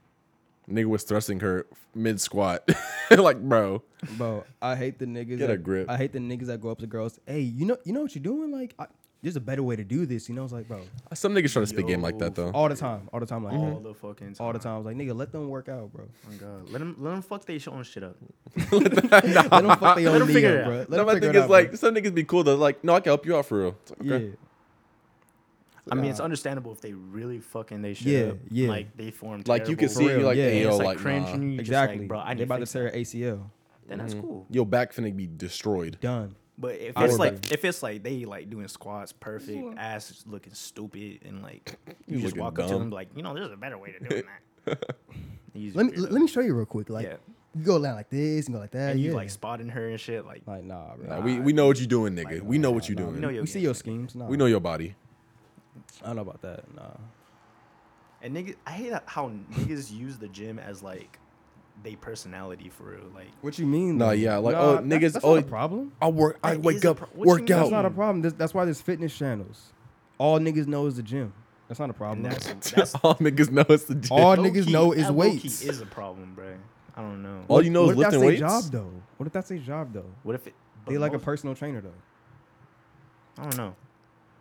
C: Nigga was thrusting her mid squat. like, bro,
B: bro. I hate the niggas.
C: Get a
B: that,
C: grip.
B: I hate the niggas that go up to girls. Hey, you know, you know what you're doing? Like, I, there's a better way to do this. You know, I was like, bro,
C: some niggas try to spit game like that
A: Yo.
C: though.
B: all the time, all the time, like,
C: Mm-hmm.
A: All
B: all,
A: the fucking time.
B: all the time. I was like, nigga, let them work out, bro.
A: Oh God. Let them let them fuck their own shit up.
B: let them fuck their
A: Let
B: own
A: 'em
B: knee
A: figure
B: up,
A: it out.
B: bro. Let
C: no,
B: them
C: my
B: figure
C: thing
B: it
C: is
B: out,
C: like
B: bro.
C: some niggas be cool though. Like, no, I can help you out for real. It's like, okay.
B: yeah.
A: I mean, it's
B: Nah.
A: understandable if they really fucking they shit
B: Yeah,
A: up.
B: yeah.
A: Like they form.
C: Like, you can
A: terrible-
C: see you like,
B: Yeah,
C: hey,
B: it's
C: yo,
A: it's like,
C: like,
A: cringe,
C: nah.
A: and you
B: Exactly.
A: just like, bro, I
B: they
A: need
B: about to
A: fix
B: tear her ACL.
A: that. Then that's cool.
C: Mm-hmm. Yo, back finna be destroyed.
B: Done.
A: But if
B: I
A: it's
B: would
A: like
B: agree.
A: if it's like they like doing squats perfect, ass is looking stupid, and like you
C: You
A: just
C: looking
A: walk up to them
C: dumb.
A: and be like, you know, there's a better way to do that. He's a
B: Let me
A: weirdo.
B: let me show you real quick. Like,
A: Yeah.
B: you go down like this and go like that.
A: and you
B: yeah.
A: like spotting her and shit. Like
B: like nah, bro.
C: Nah, we we know what you doing, nigga. we know what you
B: Nah,
C: doing.
B: We,
A: know your
B: we see
A: game.
B: your schemes. Nah,
C: we know your body.
B: I don't know about that. Nah.
A: and niggas, I hate how niggas use the gym as like they personality for real. Like
B: What you mean?
C: Nah,
B: though?
C: yeah, like,
B: Nah,
C: oh,
B: that's-
C: niggas,
B: That's
C: oh,
B: not a problem.
C: I work. I
A: That
C: wake
A: is a
C: up,
A: pro- what you mean
C: work
A: that's
C: out.
B: That's not a problem. This, that's why there's fitness channels. All niggas know is the gym. That's not a
A: and
B: problem.
A: that's that's
C: All niggas know it's the gym.
B: All
A: low
B: niggas
A: key-
B: know is
A: that low key
B: weights.
A: Is a problem, bro. I don't know.
C: All you know
B: what
C: is
B: if that's
C: lifting
B: their
C: weights.
B: job though? What if that's their job though?
A: What if it, but
B: They like a
A: most-
B: personal trainer though.
A: I don't know.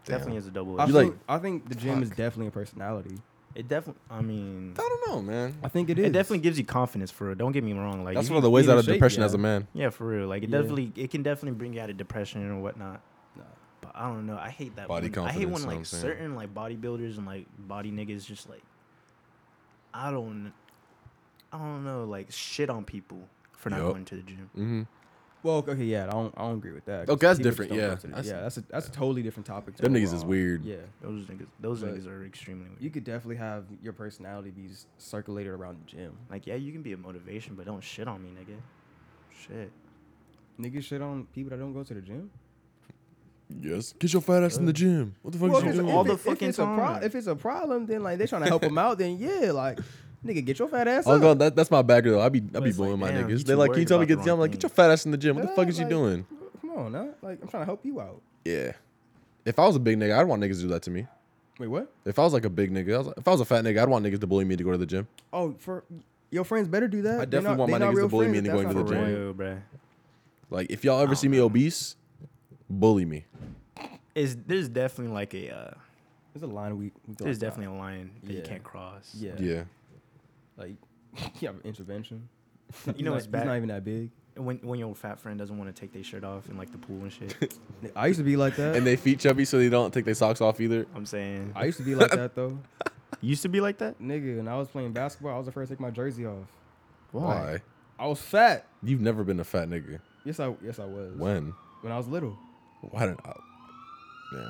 A: Definitely is a double.
B: I,
A: edged
C: You like-
B: think- I think the gym is definitely a personality.
A: it definitely. I mean,
C: I don't know, man.
B: I think it is.
A: it definitely gives you confidence for real. Don't get me wrong. Like
C: That's
A: you-
C: one of the ways
B: need
C: out
B: to
C: of
B: shape,
C: depression
B: yeah.
C: as a man.
A: Yeah, for real. Like it
B: Yeah.
A: definitely, it can definitely bring you out of depression or whatnot.
B: Nah.
A: But I don't know. I hate that.
C: Body
A: when- I hate when
C: confidence,
A: like
C: I'm saying.
A: certain like bodybuilders and like body niggas just like, I don't, I don't know, like shit on people for not
C: Yup.
A: going to the gym.
C: Mm-hmm.
B: Well, okay, yeah, I don't, I don't agree with that. 'cause
C: Okay, that's
B: people
C: different,
B: just don't
C: yeah.
B: go to the-
C: That's-
B: yeah, that's a, that's a totally different topic.
C: Them
B: too.
C: niggas is weird.
B: Yeah,
A: Those niggas, those
B: But
A: niggas are extremely weird.
B: you could definitely have your personality be s- circulated around the gym.
A: like yeah, you can be a motivation, but don't shit on me, nigga. Shit.
B: Niggas shit on people that don't go to the gym.
C: Yes. Get your fat ass in the gym. What the fuck
B: Well,
C: is you
B: if
C: doing?
B: it's-
A: all
B: if
A: the
B: it-
A: fucking
B: if it's, a pro-
A: time.
B: if it's a problem, then like they trying to help them out, then yeah, like nigga, get your fat ass
C: Oh
B: up.
C: god, that, that's my bagger though. I be I be
A: it's like,
C: blowing my
A: damn, you
C: niggas. They
A: too
C: like, can you
A: worried
C: tell me
A: about
C: get
A: the
C: the gym? I'm
A: wrong
C: like, get your
A: thing.
C: fat ass in the gym. What the
B: Yeah,
C: fuck is you
B: like-
C: doing?
B: Come on, huh? like I'm trying to help you out.
C: Yeah. If I was a big nigga, I'd want niggas to do that to me.
B: Wait, what?
C: If I was like a big nigga, I was, if I was a fat nigga, I'd want niggas to bully me to go to the gym.
B: Oh, for your friends better do that. They're
C: definitely
B: not-
C: want my
B: they're not
C: niggas to
B: real
C: bully me
B: friends
C: into
B: if
C: going
B: that's
C: to
B: not
C: the
B: real.
C: gym.
A: Real, bruh.
C: Like if y'all ever see me obese, bully me.
A: Is there's definitely like a uh,
B: There's a line we. we
A: there's
B: talked
A: definitely a line that you
B: Yeah.
A: can't cross.
B: about. Yeah.
C: Yeah.
B: Like you have an intervention.
A: You know
B: He's
A: it's
B: not, He's not
A: bad
B: even that big.
A: when when your fat friend doesn't want to take their shirt off in like the pool and shit.
B: I used to be like that.
C: And they feet chubby, so they don't take their socks off either.
A: I'm saying
B: I used to be like that though,
A: used to be like that.
B: nigga. When I was playing basketball, I was the first to take my jersey off.
C: Why?
B: I was fat.
C: You've never been a fat nigga.
B: Yes, I yes I was.
C: When?
B: When I was little.
C: Why did I? Yeah.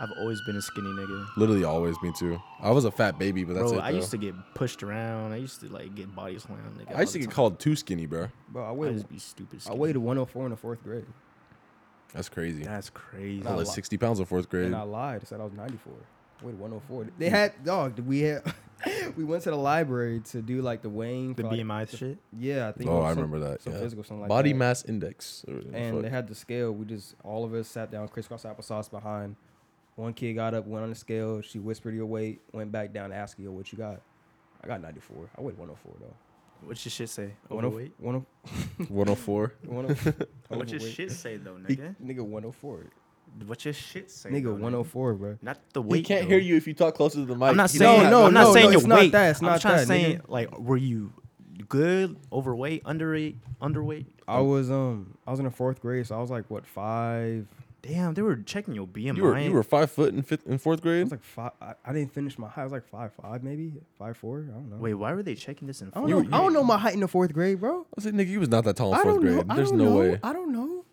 A: I've always been a skinny nigga.
C: Literally always me too. I was a fat baby, but that's
A: Bro,
C: it.
A: I used
C: though.
A: to get pushed around. I used to like get body slammed. Nigga,
C: I used to get called too skinny, bro.
B: Bro, I
A: I
B: weighed
A: just be stupid.
B: I
A: Skinny.
B: weighed 104 in the fourth grade,
C: That's crazy.
A: That's crazy.
C: I
B: li-
C: was like 60 pounds in fourth grade.
B: and I lied. I said I was 94. I weighed 104. They had dog. We had we went to the library to do like the weighing.
A: the
B: for, like,
A: BMI shit.
B: Yeah, I think.
C: Oh,
B: it was
C: I
B: some-
C: remember that.
B: Some
C: yeah.
B: physical, something like
C: Body
B: that.
C: mass index. or whatever the
B: and
C: fuck.
B: they had the scale. We just all of us sat down, crisscross applesauce behind. One kid got up, went on the scale. She whispered your weight, went back down, asked you what you got. I got 94. I weighed 104 though.
A: What's your shit say?
B: 104.
A: Overweight.
C: 104.
B: 104.
A: What's your
B: Overweight.
A: shit say though, nigga?
B: Nigga 104.
A: What's your shit say?
B: Nigga
A: though,
B: 104, bro.
A: Not the
C: We
A: weight.
C: can't
A: though.
C: hear you if you talk closer to the mic.
A: I'm not
C: He
A: saying no,
B: No, no,
A: I'm not
B: no,
A: saying
B: no,
A: your
B: it's not
A: weight.
B: that, it's
A: I'm
B: not
A: trying to
B: that,
A: say
B: nigga.
A: like were you good, overweight, underweight, underweight?
B: I was um I was in the fourth grade, so I was like what five?
A: Damn, they were checking your BMI.
C: You were you were five foot in fifth in fourth
B: I
C: grade.
B: was like five. I, I didn't finish my height. I was like five five maybe five four. I don't know.
A: Wait, why were they checking this in?
B: I don't
A: fourth
B: know. I don't
A: grade?
B: know my height in the fourth grade, bro.
C: I was like, nigga, you was not that tall in
B: I
C: fourth
B: don't
C: grade.
B: know. I
C: There's
B: don't
C: no
B: know.
C: way.
B: I don't know.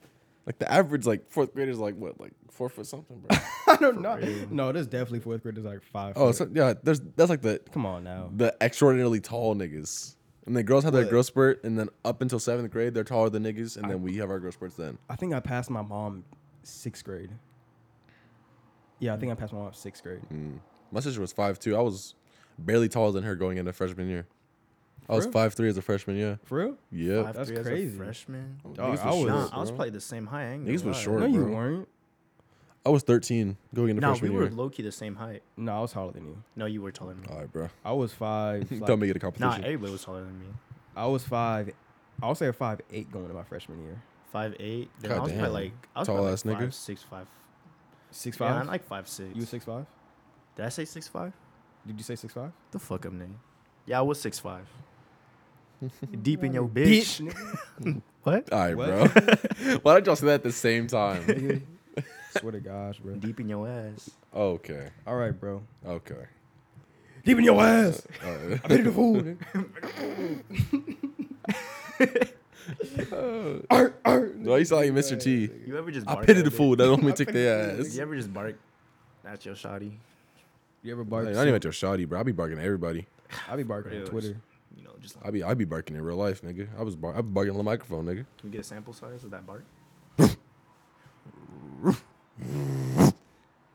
C: Like the average, like fourth grade is like what, like four foot something, bro.
B: I don't know. No, this definitely fourth grade is like five.
C: oh,
B: foot.
C: so, yeah. There's that's like the
B: come on now.
C: the extraordinarily tall niggas. And then girls have their growth spurt, and then up until seventh grade, they're taller than niggas, and then we have our growth spurts then.
B: I think I passed my mom sixth grade. Yeah, I think I passed my mom sixth grade.
C: Mm. My sister was five two. I was barely taller than her going into freshman year. I was
B: For real?
C: five three as a freshman. Yeah,
B: For real?
C: yeah.
A: Five,
B: That's
A: three as a
B: crazy.
A: Freshman.
B: Dog,
C: Niggas
B: I
C: was
B: was-
C: short,
A: Nah, I was
C: bro.
A: probably the same height. I ain't
C: Niggas
A: gonna
C: was
A: lie.
C: short.
B: No, you
C: bro.
B: weren't.
C: I was thirteen going into
A: No, we
C: freshman
A: were
C: year.
A: low key the same height.
B: No, I was taller than you.
A: No, you were taller than me.
C: All right, bro.
B: I was five. like-
C: Don't make it a
A: Nah,
C: competition.
A: everybody was taller than me.
B: I was five. I was say five eight going into my freshman year.
A: Five eight. Then I
C: God
A: was
C: damn.
A: probably like I was
C: Tall
A: probably
C: ass
A: like
C: nigga.
A: five, six, five.
B: Six
A: Yeah,
B: five.
A: I'm like five six.
B: you were six five.
A: Did I say six five?
B: Did you say six five?
A: The fuck up, nigga. Yeah, I was six five. Deep in your bitch. What?
C: All right,
B: What?
C: bro. Why did y'all say that at the same time?
B: Nigga. Swear to gosh, bro.
A: Deep in your ass.
C: okay,
B: All right, bro.
C: okay.
B: Deep in your ass.
C: All right.
B: I made it a fool. nigga. Arr, arr,
C: Why you sound like Mr. T?
A: You ever just
C: I
A: bark
C: pity
A: at a
C: the fool that only took
B: pity
C: their
B: the
A: bitch?
C: ass.
A: You ever just bark? That's your shoddy.
B: You ever
C: Hey,
B: bark?
C: Not even at your shoddy, bro. I be barking at everybody.
B: I be barking on
A: Really?
B: Twitter.
A: You know, just like,
C: I be I be barking in real life, nigga. I was bar- I be barking on the microphone, nigga.
A: can we get a sample size of that bark? Niggas,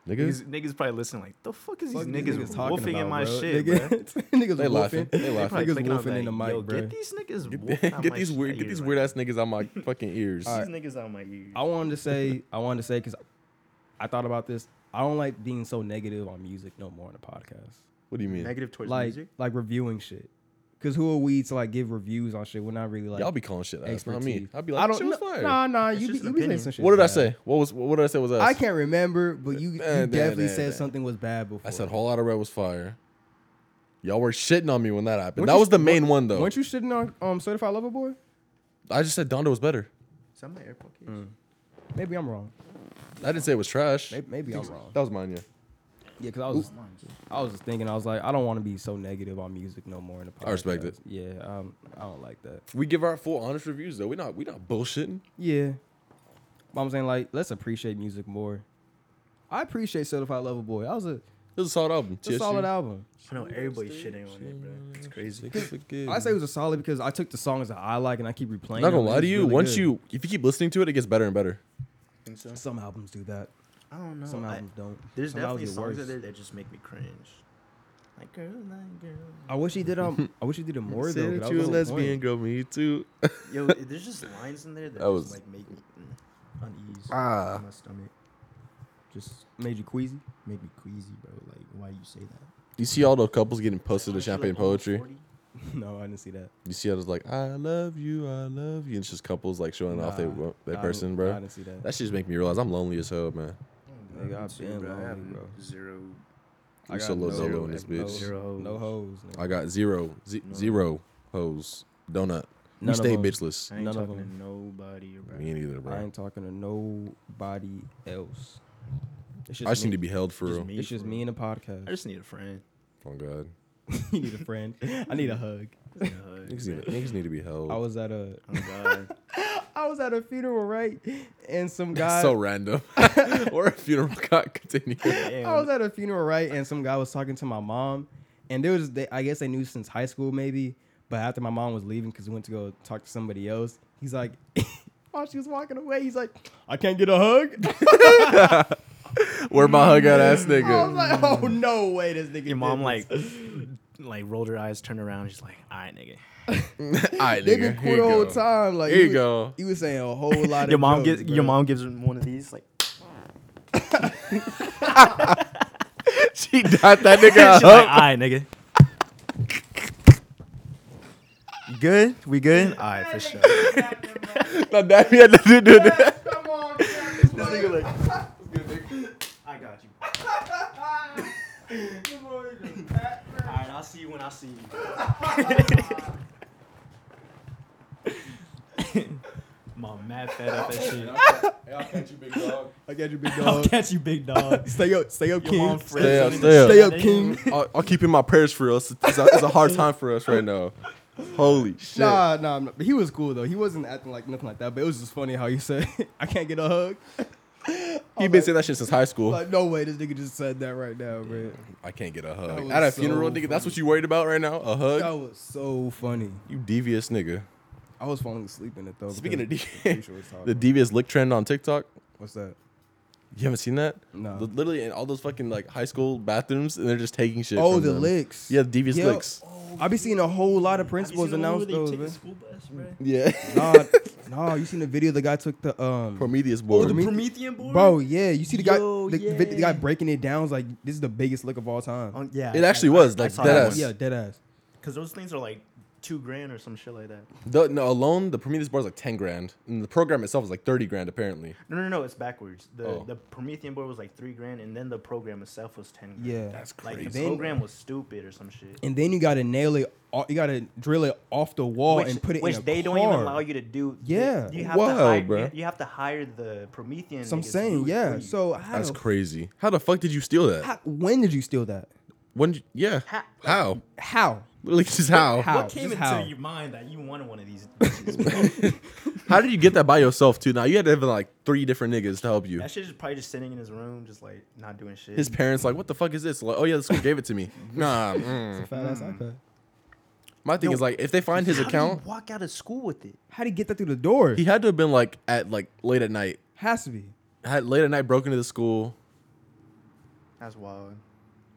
C: Nigga,
A: niggas probably listening like, the fuck is these
B: Fuck these
A: niggas, wolfing in my
B: bro.
A: shit,
B: Nigga-
A: bruh?"
B: niggas
C: They
B: wolfing.
C: laughing. They
A: They
C: laughing.
A: probably
B: Niggas
A: clicking off
B: wolfing in the
A: that, "Yo,
B: mic, bruh."
A: Get these niggas wolfing out
C: get
A: my
C: these
A: shit."
C: weird get
A: Yeah,
C: these
A: like,
C: weird ass niggas out my fucking ears.
B: All right.
A: These niggas out my ears.
B: I wanted to say. I wanted to say because I thought about this. I don't like being so negative on music no more on the podcast.
C: What do you mean?
A: Negative towards
B: Like
A: music.
B: like reviewing shit. Cause who are we to like give reviews on shit? We're not really like.
C: Y'all be calling shit ass, not me.
B: expertise.
C: I'd be like, I don't know.
B: Nah, nah.
A: It's
B: You be,
A: just an
B: you be saying
A: opinion.
B: some shit.
C: What did I
B: bad.
C: say? What was what did I say was us?
B: I can't remember, but you, you
C: Nah, nah,
B: definitely
C: nah,
B: said
C: nah.
B: something was bad before.
C: I said whole lot of red was fire. Y'all were shitting on me when that happened.
B: Weren't
C: that
B: you-
C: was the main
B: weren't-
C: one though.
B: Weren't you shitting on um, Certified Lover Boy?
C: I just said Donda was better.
A: Is that my AirPod case?
B: Mm. Maybe I'm wrong.
C: I didn't say it was trash.
B: Maybe, maybe I'm wrong.
C: That was mine, yeah.
B: Yeah, because I was I was just thinking, I was like, I don't want to be so negative on music no more in the podcast.
C: I respect it.
B: Yeah, um, I don't like that.
C: We give our full honest reviews though. We not we not bullshitting.
B: Yeah. But I'm saying, like, let's appreciate music more. I appreciate Certified Lover Boy. That was a,
C: It was a solid album.
B: it's a solid album.
A: I know everybody's shitting on it, bro. It's crazy.
B: I say it was a solid because I took the songs that I like and I keep replaying.
C: I'm not
B: them,
C: gonna
B: and
C: lie to
B: it's
C: you.
B: really
C: Once
B: good.
C: you if you keep listening to it, it gets better and better.
B: some albums do that,
A: I don't know.
B: some
A: I-
B: albums don't.
A: there's
B: some
A: definitely
B: albums get
A: songs out
B: worse.
A: there that just make me cringe. Like girl, like girl.
B: I wish he did um. I wish he did it more though.
C: Say
B: 'cause
C: that
B: that
C: you
B: was
C: a
B: the whole
C: lesbian
B: point.
C: girl, me too.
A: Yo, there's just lines in there that,
C: That was-
A: just like make me mm, unease
C: Ah.
A: in my stomach. Just
B: Made you queasy.
A: make me queasy, bro. Like why you say that?
C: You see all the couples getting posted to
A: Aren't you, like,
C: champagne
A: almost
C: poetry.
A: 40?
B: no, I didn't see that.
C: You see all those like I love you, I love you. And it's just couples like showing off their
B: Nah,
C: their
B: I
C: person,
B: didn't- I
C: bro.
B: didn't see that.
C: That shit just make me realize I'm lonely as hell, man.
B: Nigga,
A: Me
B: I've
A: too,
B: been
A: I
B: lonely,
A: have
B: bro.
A: Zero.
B: I
C: You
B: got
C: still low Zolo in this
B: no-
C: bitch.
A: Zero
B: No hoes.
C: I got zero, z- zero hoes. Donut.
B: None
C: We
B: of
C: stay
B: them.
C: bitchless.
A: I ain't
B: None of
A: talking
B: them.
A: to nobody, bro.
C: Me neither, bro.
B: I ain't talking to nobody else. It's
C: I just
B: me.
C: need to be held for
A: Just
C: real.
A: me.
B: It's just
A: for
B: me
A: real.
B: and a podcast.
A: I just need a friend.
C: Oh God.
B: you need a friend. I need a hug.
C: Niggas need, niggas need to be held.
B: I was at a
A: Oh, God.
B: I was at a funeral, right? And some guy
C: That's so random. or a funeral got continued.
B: I was at a funeral, right? And some guy was talking to my mom, and there was they, I guess they knew since high school maybe, but after my mom was leaving because we went to go talk to somebody else, he's like, while Oh, she was walking away, he's like, I can't get a hug.
C: Where my hug out ass
B: I was
C: nigga?
B: like, oh no way, this nigga.
A: Your mom
B: did
A: like,
B: this."
A: like rolled her eyes, turned around. She's like, "All right, nigga."
C: All right,
B: they been
C: nigga.
B: cool
C: Here
B: the
C: you
B: whole
C: go.
B: time. Like
C: Here
B: he
C: you
B: was-
C: go.
B: He was saying a whole lot. of
A: Your mom
B: jokes,
A: gives your
B: bruh.
A: mom gives him one of these. Like,
C: She got that nigga
A: she's
C: a
A: like,
C: hug.
A: "All right, nigga." You good? We good? All right, for sure.
C: Now that we had nothing to do with that.
A: I got you. All right, I'll see you when I see you. Mom, mad fed up that shit.
C: I'll catch you, big dog.
B: I got you, big
A: I'll
B: dog.
A: catch you, big dog.
B: stay up, stay up,
A: Your mom friends
B: king.
C: Stay up,
A: don't even
C: stay up.
A: say
B: Stay up,
A: that
B: king.
A: name.
C: I'll, I'll keep in my prayers for us. It's a, it's a hard time for us right now. Holy shit.
B: Nah, nah, I'm not- but he was cool though. He wasn't acting like nothing like that. But it was just funny how you said, "I can't get a hug."
C: he been saying that shit since high school.
B: Like, no way, this nigga just said that right now, man.
C: I can't get a
B: That
C: hug.
B: was
C: At a
B: so
C: funeral, nigga, that's what you worried about right now? A hug?
B: That was so funny.
C: You devious nigga.
B: I was falling asleep in it though.
C: Speaking of
B: because
C: devious,
B: Keisha was talking.
C: the devious lick trend on TikTok.
B: what's that?
C: You haven't seen that?
B: No.
C: The- literally in all those fucking like high school bathrooms, and they're just taking shit.
B: Oh,
C: from
B: the
C: them.
B: licks.
C: Yeah, devious
B: Yeah.
C: licks.
B: I be seeing a whole lot of
A: Have you seen
B: principals
A: the one
B: announce
A: where they
B: those.
A: take the
B: man.
A: school bus, bruh?
C: Yeah.
B: Nah, nah, Oh, you seen the video the guy took the um.
C: Prometheus
A: Oh,
C: board.
A: the
B: Prometheus-
A: Promethean board?
B: Bro, yeah, you see the guy,
A: Yo,
B: the, vid- the guy
A: yeah.
B: breaking it down. Was like, this is the biggest lick of all time.
A: Oh, yeah.
C: It actually was, like,
A: saw
C: dead
A: that
C: ass.
A: one.
B: Yeah, dead ass.
A: Cause those things are like two grand or some shit like that.
C: The- no, alone, the Prometheus board is like 10 grand. And the program itself is like 30 grand, apparently.
A: No, no, no, it's backwards. The
C: Oh.
A: the Promethean board was like three grand, and then the program itself was ten. Grand.
B: Yeah.
A: like the
B: crazy.
A: program was stupid or some shit.
B: and then you gotta nail it. o- You gotta drill it off the wall
A: which
B: and put it
A: which
B: in a
A: they
B: car.
A: don't even allow you to do. They-
B: Yeah.
A: you have to
C: Wow,
A: hire,
C: bruh.
A: You, you have to hire the Promethean.
B: So I'm
A: niggas to
B: saying,
A: do it for
B: yeah.
A: you.
B: So how,
C: That's
B: the f-
C: crazy. How the fuck did you steal that?
B: how- when did you steal that?
C: When? did- Yeah.
A: Ha-
C: How?
B: How?
C: Literally, just how?
B: How?
A: what came
B: Just
A: into
B: how?
A: your mind that you wanted one of these?
C: How did you get that by yourself too? Now you had to have like three different niggas to help you.
A: that shit is probably just sitting in his room, just like not doing shit.
C: His parents like, what the fuck is this? Like, oh yeah, the school gave it to me. Nah. mm.
B: Fat ass iPad.
C: My thing is like, if they find his
A: How did he
C: account,
A: walk out of school with it.
B: How would he get that through the door?
C: he had to have been like at like late at night.
B: has to be.
C: Had late at night broke into the school.
A: That's wild.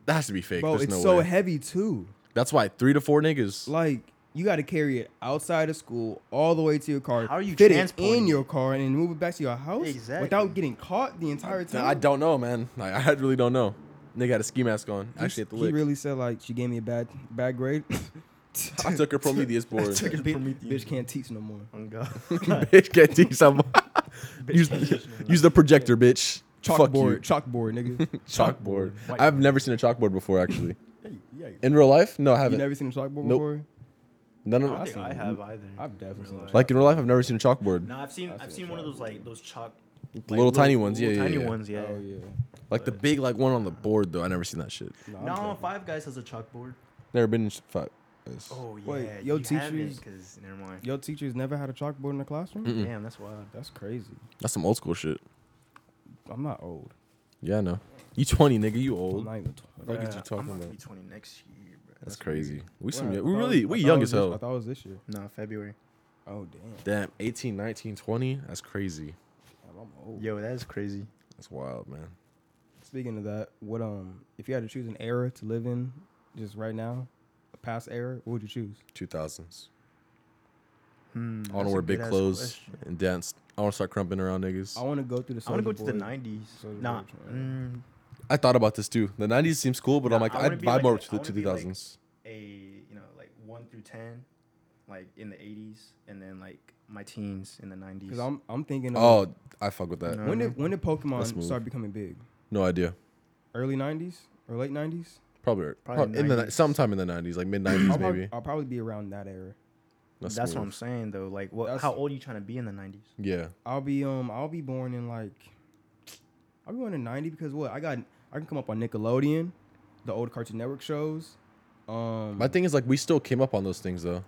C: That has to be fake.
B: Bro,
C: There's
B: it's
C: no
B: so
C: way.
B: heavy too.
C: That's why three to four niggas.
B: Like you got to carry it outside of school all the way to your car.
A: How are you
B: fit it
A: transporting
B: in
A: it?
B: your car and then move it back to your house
A: Exactly.
B: without getting caught the entire
C: Nah,
B: time?
C: I don't know, man. Like, I really don't know. Nigga had a ski mask on.
B: He-
C: Actually, at the
B: he
C: lick.
B: really said like she gave me a bad bad grade.
C: I took her Prometheus board.
A: Bitch-
B: Bitch can't teach no more.
A: Oh God.
C: bitch can't teach someone. use,
A: can't teach no
C: use the projector, bitch. Fuck you.
B: Chalkboard, chalkboard, nigga.
C: Chalkboard.
A: White
C: I've never seen a chalkboard before, actually.
B: yeah,
C: In real life? No, I
B: You
C: haven't.
B: never seen a chalkboard
C: Nope.
B: before?
C: None
A: I
C: of
A: don't think I have either.
B: I've definitely seen a
C: like in real life, I've never seen a chalkboard.
A: No, I've seen I've seen one of those like those chalk like,
C: little tiny ones, yeah,
A: little
C: yeah,
A: tiny
C: yeah.
A: ones, yeah.
B: Oh yeah.
C: Like the big, like one on the board though. I never seen that shit.
B: Nah, I'm
A: No,
B: dead.
A: Five Guys has a chalkboard.
C: Never been in sh- fuck.
A: Oh yeah,
B: Wait,
A: you
B: yo,
A: haven't,
B: teachers-
A: 'cause- never mind.
B: Your teachers never had a chalkboard in the classroom?
A: Damn, that's wild.
B: That's crazy.
C: That's some old school shit.
B: I'm not old.
C: Yeah, I know. You twenty, nigga. You
B: I'm
C: old.
B: not even twenty.
C: What the fuck is
A: Bruh,
C: you talking
A: I'm
C: about?
A: to be 20 next year, bro.
C: That's crazy. We some.
B: Bruh,
C: yo-
B: I
C: we
B: thought-
C: really.
B: I
C: We
B: thought it
C: young
B: was
C: as
B: this- I
C: hell.
B: thought it was this year.
A: No, February.
B: Oh damn.
C: Damn. 18, 19, 20. That's crazy.
B: Damn, I'm old.
A: Yo, that is crazy.
C: That's wild, man.
B: Speaking of that, what um if you had to choose an era to live in just right now, a past era, what would you choose?
C: Two thousands.
A: Hmm,
C: I want to wear big clothes and dance. I want to start crumping around niggas.
B: I want to go through the
A: I want to go
B: Soulja
A: to the
B: Boy.
A: 90s.
B: Soulja
A: Nah,
B: Boy, yeah.
A: mm,
C: I thought about this too. The nineties seems cool, but I'm
A: Nah,
C: like,
A: I
C: I
A: wanna
C: would
A: be
C: vibe
A: like
C: more
A: a-
C: to the
A: I wanna
C: two
A: be like-
C: thousands.
A: a you know like one through ten, like in the 80s, and then like my teens in the 90s.
B: Cause I'm I'm thinking. of
C: Oh, I fuck with that.
A: No.
B: when did when did
C: Let's
B: Pokemon
C: move.
B: start becoming big?
C: No idea.
B: Early '90s or late '90s?
C: Probably,
A: Probably
C: probably in the ni-
A: 90s.
C: sometime in the nineties, like mid
B: I'll
C: nineties,
B: probably,
C: maybe.
B: I'll probably be around that era.
A: that's what I'm
C: smooth.
A: saying though. Like, what?
B: That's-
A: How old are you trying to be in the 90s?
C: Yeah,
B: I'll be um I'll be born in like I'll be born in ninety because what I got I can come up on Nickelodeon, the old Cartoon Network shows, Um,
C: My thing is like we still came up on those things though.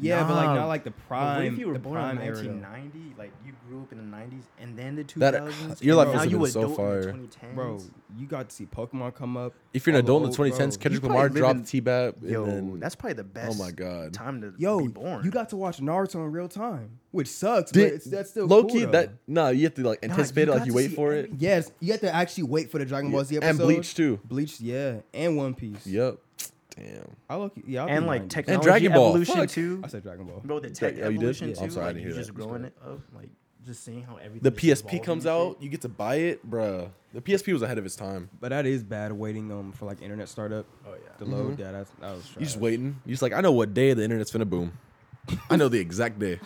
B: yeah, but like
A: Nah.
B: not like the prime.
A: what if you were
B: the
A: born in
B: prime era, though.
A: 1990? Like you grew up in the 90s and then the 2000s.
C: That- your
A: and
C: life
A: now
C: must've
A: you
C: been so
A: adult in the
C: fire.
A: 2010s.
B: bro, you got to see Pokemon come up.
C: If you're an
B: all
C: adult in the
B: old-
C: 2010s,
B: bro,
A: you
C: Kendrick
A: probably
C: Lamar
A: live
C: dropped
A: in-
C: T-Bap. and
A: yo,
C: then- Oh
A: that's probably the best.
C: my God.
A: time to
B: Yo,
A: be born.
B: you got to watch Naruto in real time, which sucks, but
C: Did-
B: it's, that's still
C: low
B: cool,
C: key
B: though.
C: that no, you have to like anticipate
A: you
C: it, like
A: got
C: you
A: to
C: wait
A: see
C: for it.
A: everything.
B: Yes, you have to actually wait for the Dragon Ball Z
C: And
B: episode
C: Bleach, too.
B: Bleach, yeah, and One Piece.
C: Yep. Damn.
B: I look, yeah, I'll be
A: and like
B: 90s.
A: technology
C: Dragon Ball,
A: evolution
C: fuck.
A: too.
B: I said Dragon Ball.
A: Bro, the
C: Dra-
A: tech
C: oh, you did?
A: evolution
C: Yeah,
A: too.
C: I'm sorry, I
A: like,
C: didn't
A: you
C: hear
A: just
C: that.
A: growing it up, like just seeing how everything.
C: The
A: is
C: PSP
A: evolving
C: comes
A: and shit.
C: out, you get to buy it, bruh. The PSP was ahead of its time.
B: But that is bad waiting um for like internet startup. Oh yeah, the load. Yeah, that's that was.
C: Mm-hmm. You just
B: trash.
C: waiting. You just like, I know what day the internet's finna boom. I know the exact day.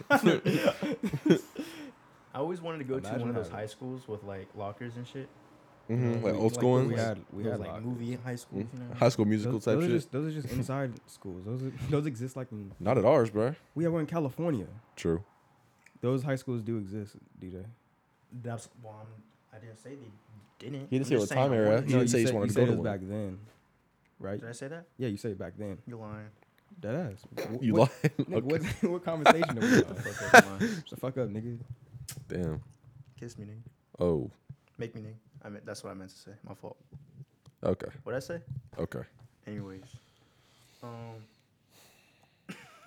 A: I always wanted to go to
B: Imagine
A: one of those
B: having-
A: high schools with like lockers and shit.
C: Mhm, Like old
A: the
C: school
B: We
C: ones.
B: had we
A: Those,
B: had
A: like
B: lockers.
A: movie high schools, you know.
C: Mm-hmm. High school musical
B: Those,
C: type
B: those are
C: shit.
B: just those are just inside schools. Those are, those exist like in,
C: Not at ours, bruh.
B: we have one in California.
C: True.
B: Those high schools do exist, DJ.
A: That's well, I'm, I didn't say they didn't.
C: He didn't
A: I'm
C: say
A: just
C: what
A: saying
C: time
A: I
C: era.
A: wanted
C: He
A: to-
C: didn't say he just
B: said-
C: wanted to
B: said
C: go
B: it
C: to
B: was back
C: one.
B: then, right?
A: Did I say that?
B: Yeah, you say it back then.
A: You lying?
B: Dead ass. Wh-
C: You
B: what,
C: lying?
B: Nigga,
C: Okay.
B: what, what conversation are we on?
A: Fuck up, you lying.
B: Shut the fuck up, nigga.
C: Damn.
A: Kiss me, nigga.
C: Oh.
A: Make me, nigga. I mean, that's what I meant to say. My fault.
C: Okay.
A: What I say?
C: Okay.
A: Anyways, um,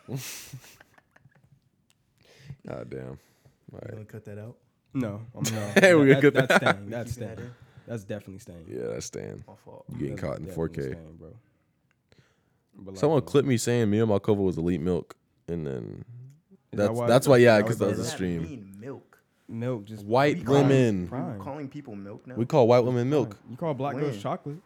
C: God Ah, damn. All
A: you
C: right.
A: gonna cut that out?
B: No, I'm not.
C: Hey, we
B: that,
C: good
B: that's
C: then.
A: Keeping
B: staying. That's
A: that
B: staying.
A: in?
B: That's definitely staying.
C: Yeah, that's Stan.
A: My fault.
C: You getting
B: That's
C: caught in
B: definitely
C: 4K.
B: staying, bro. But like,
C: Someone
B: uh,
C: clipped me saying me and my cover was elite milk, and then
B: that
C: that's
B: why-
C: that's why yeah,
B: that why
C: because that
B: you
C: was a
B: brought
A: Does that
C: stream.
A: mean milk.
B: milk just
C: White
A: We call it-
C: women,
B: Prime.
A: You calling people milk now?
C: we call white women milk.
B: You call black girls
A: When?
B: chocolate?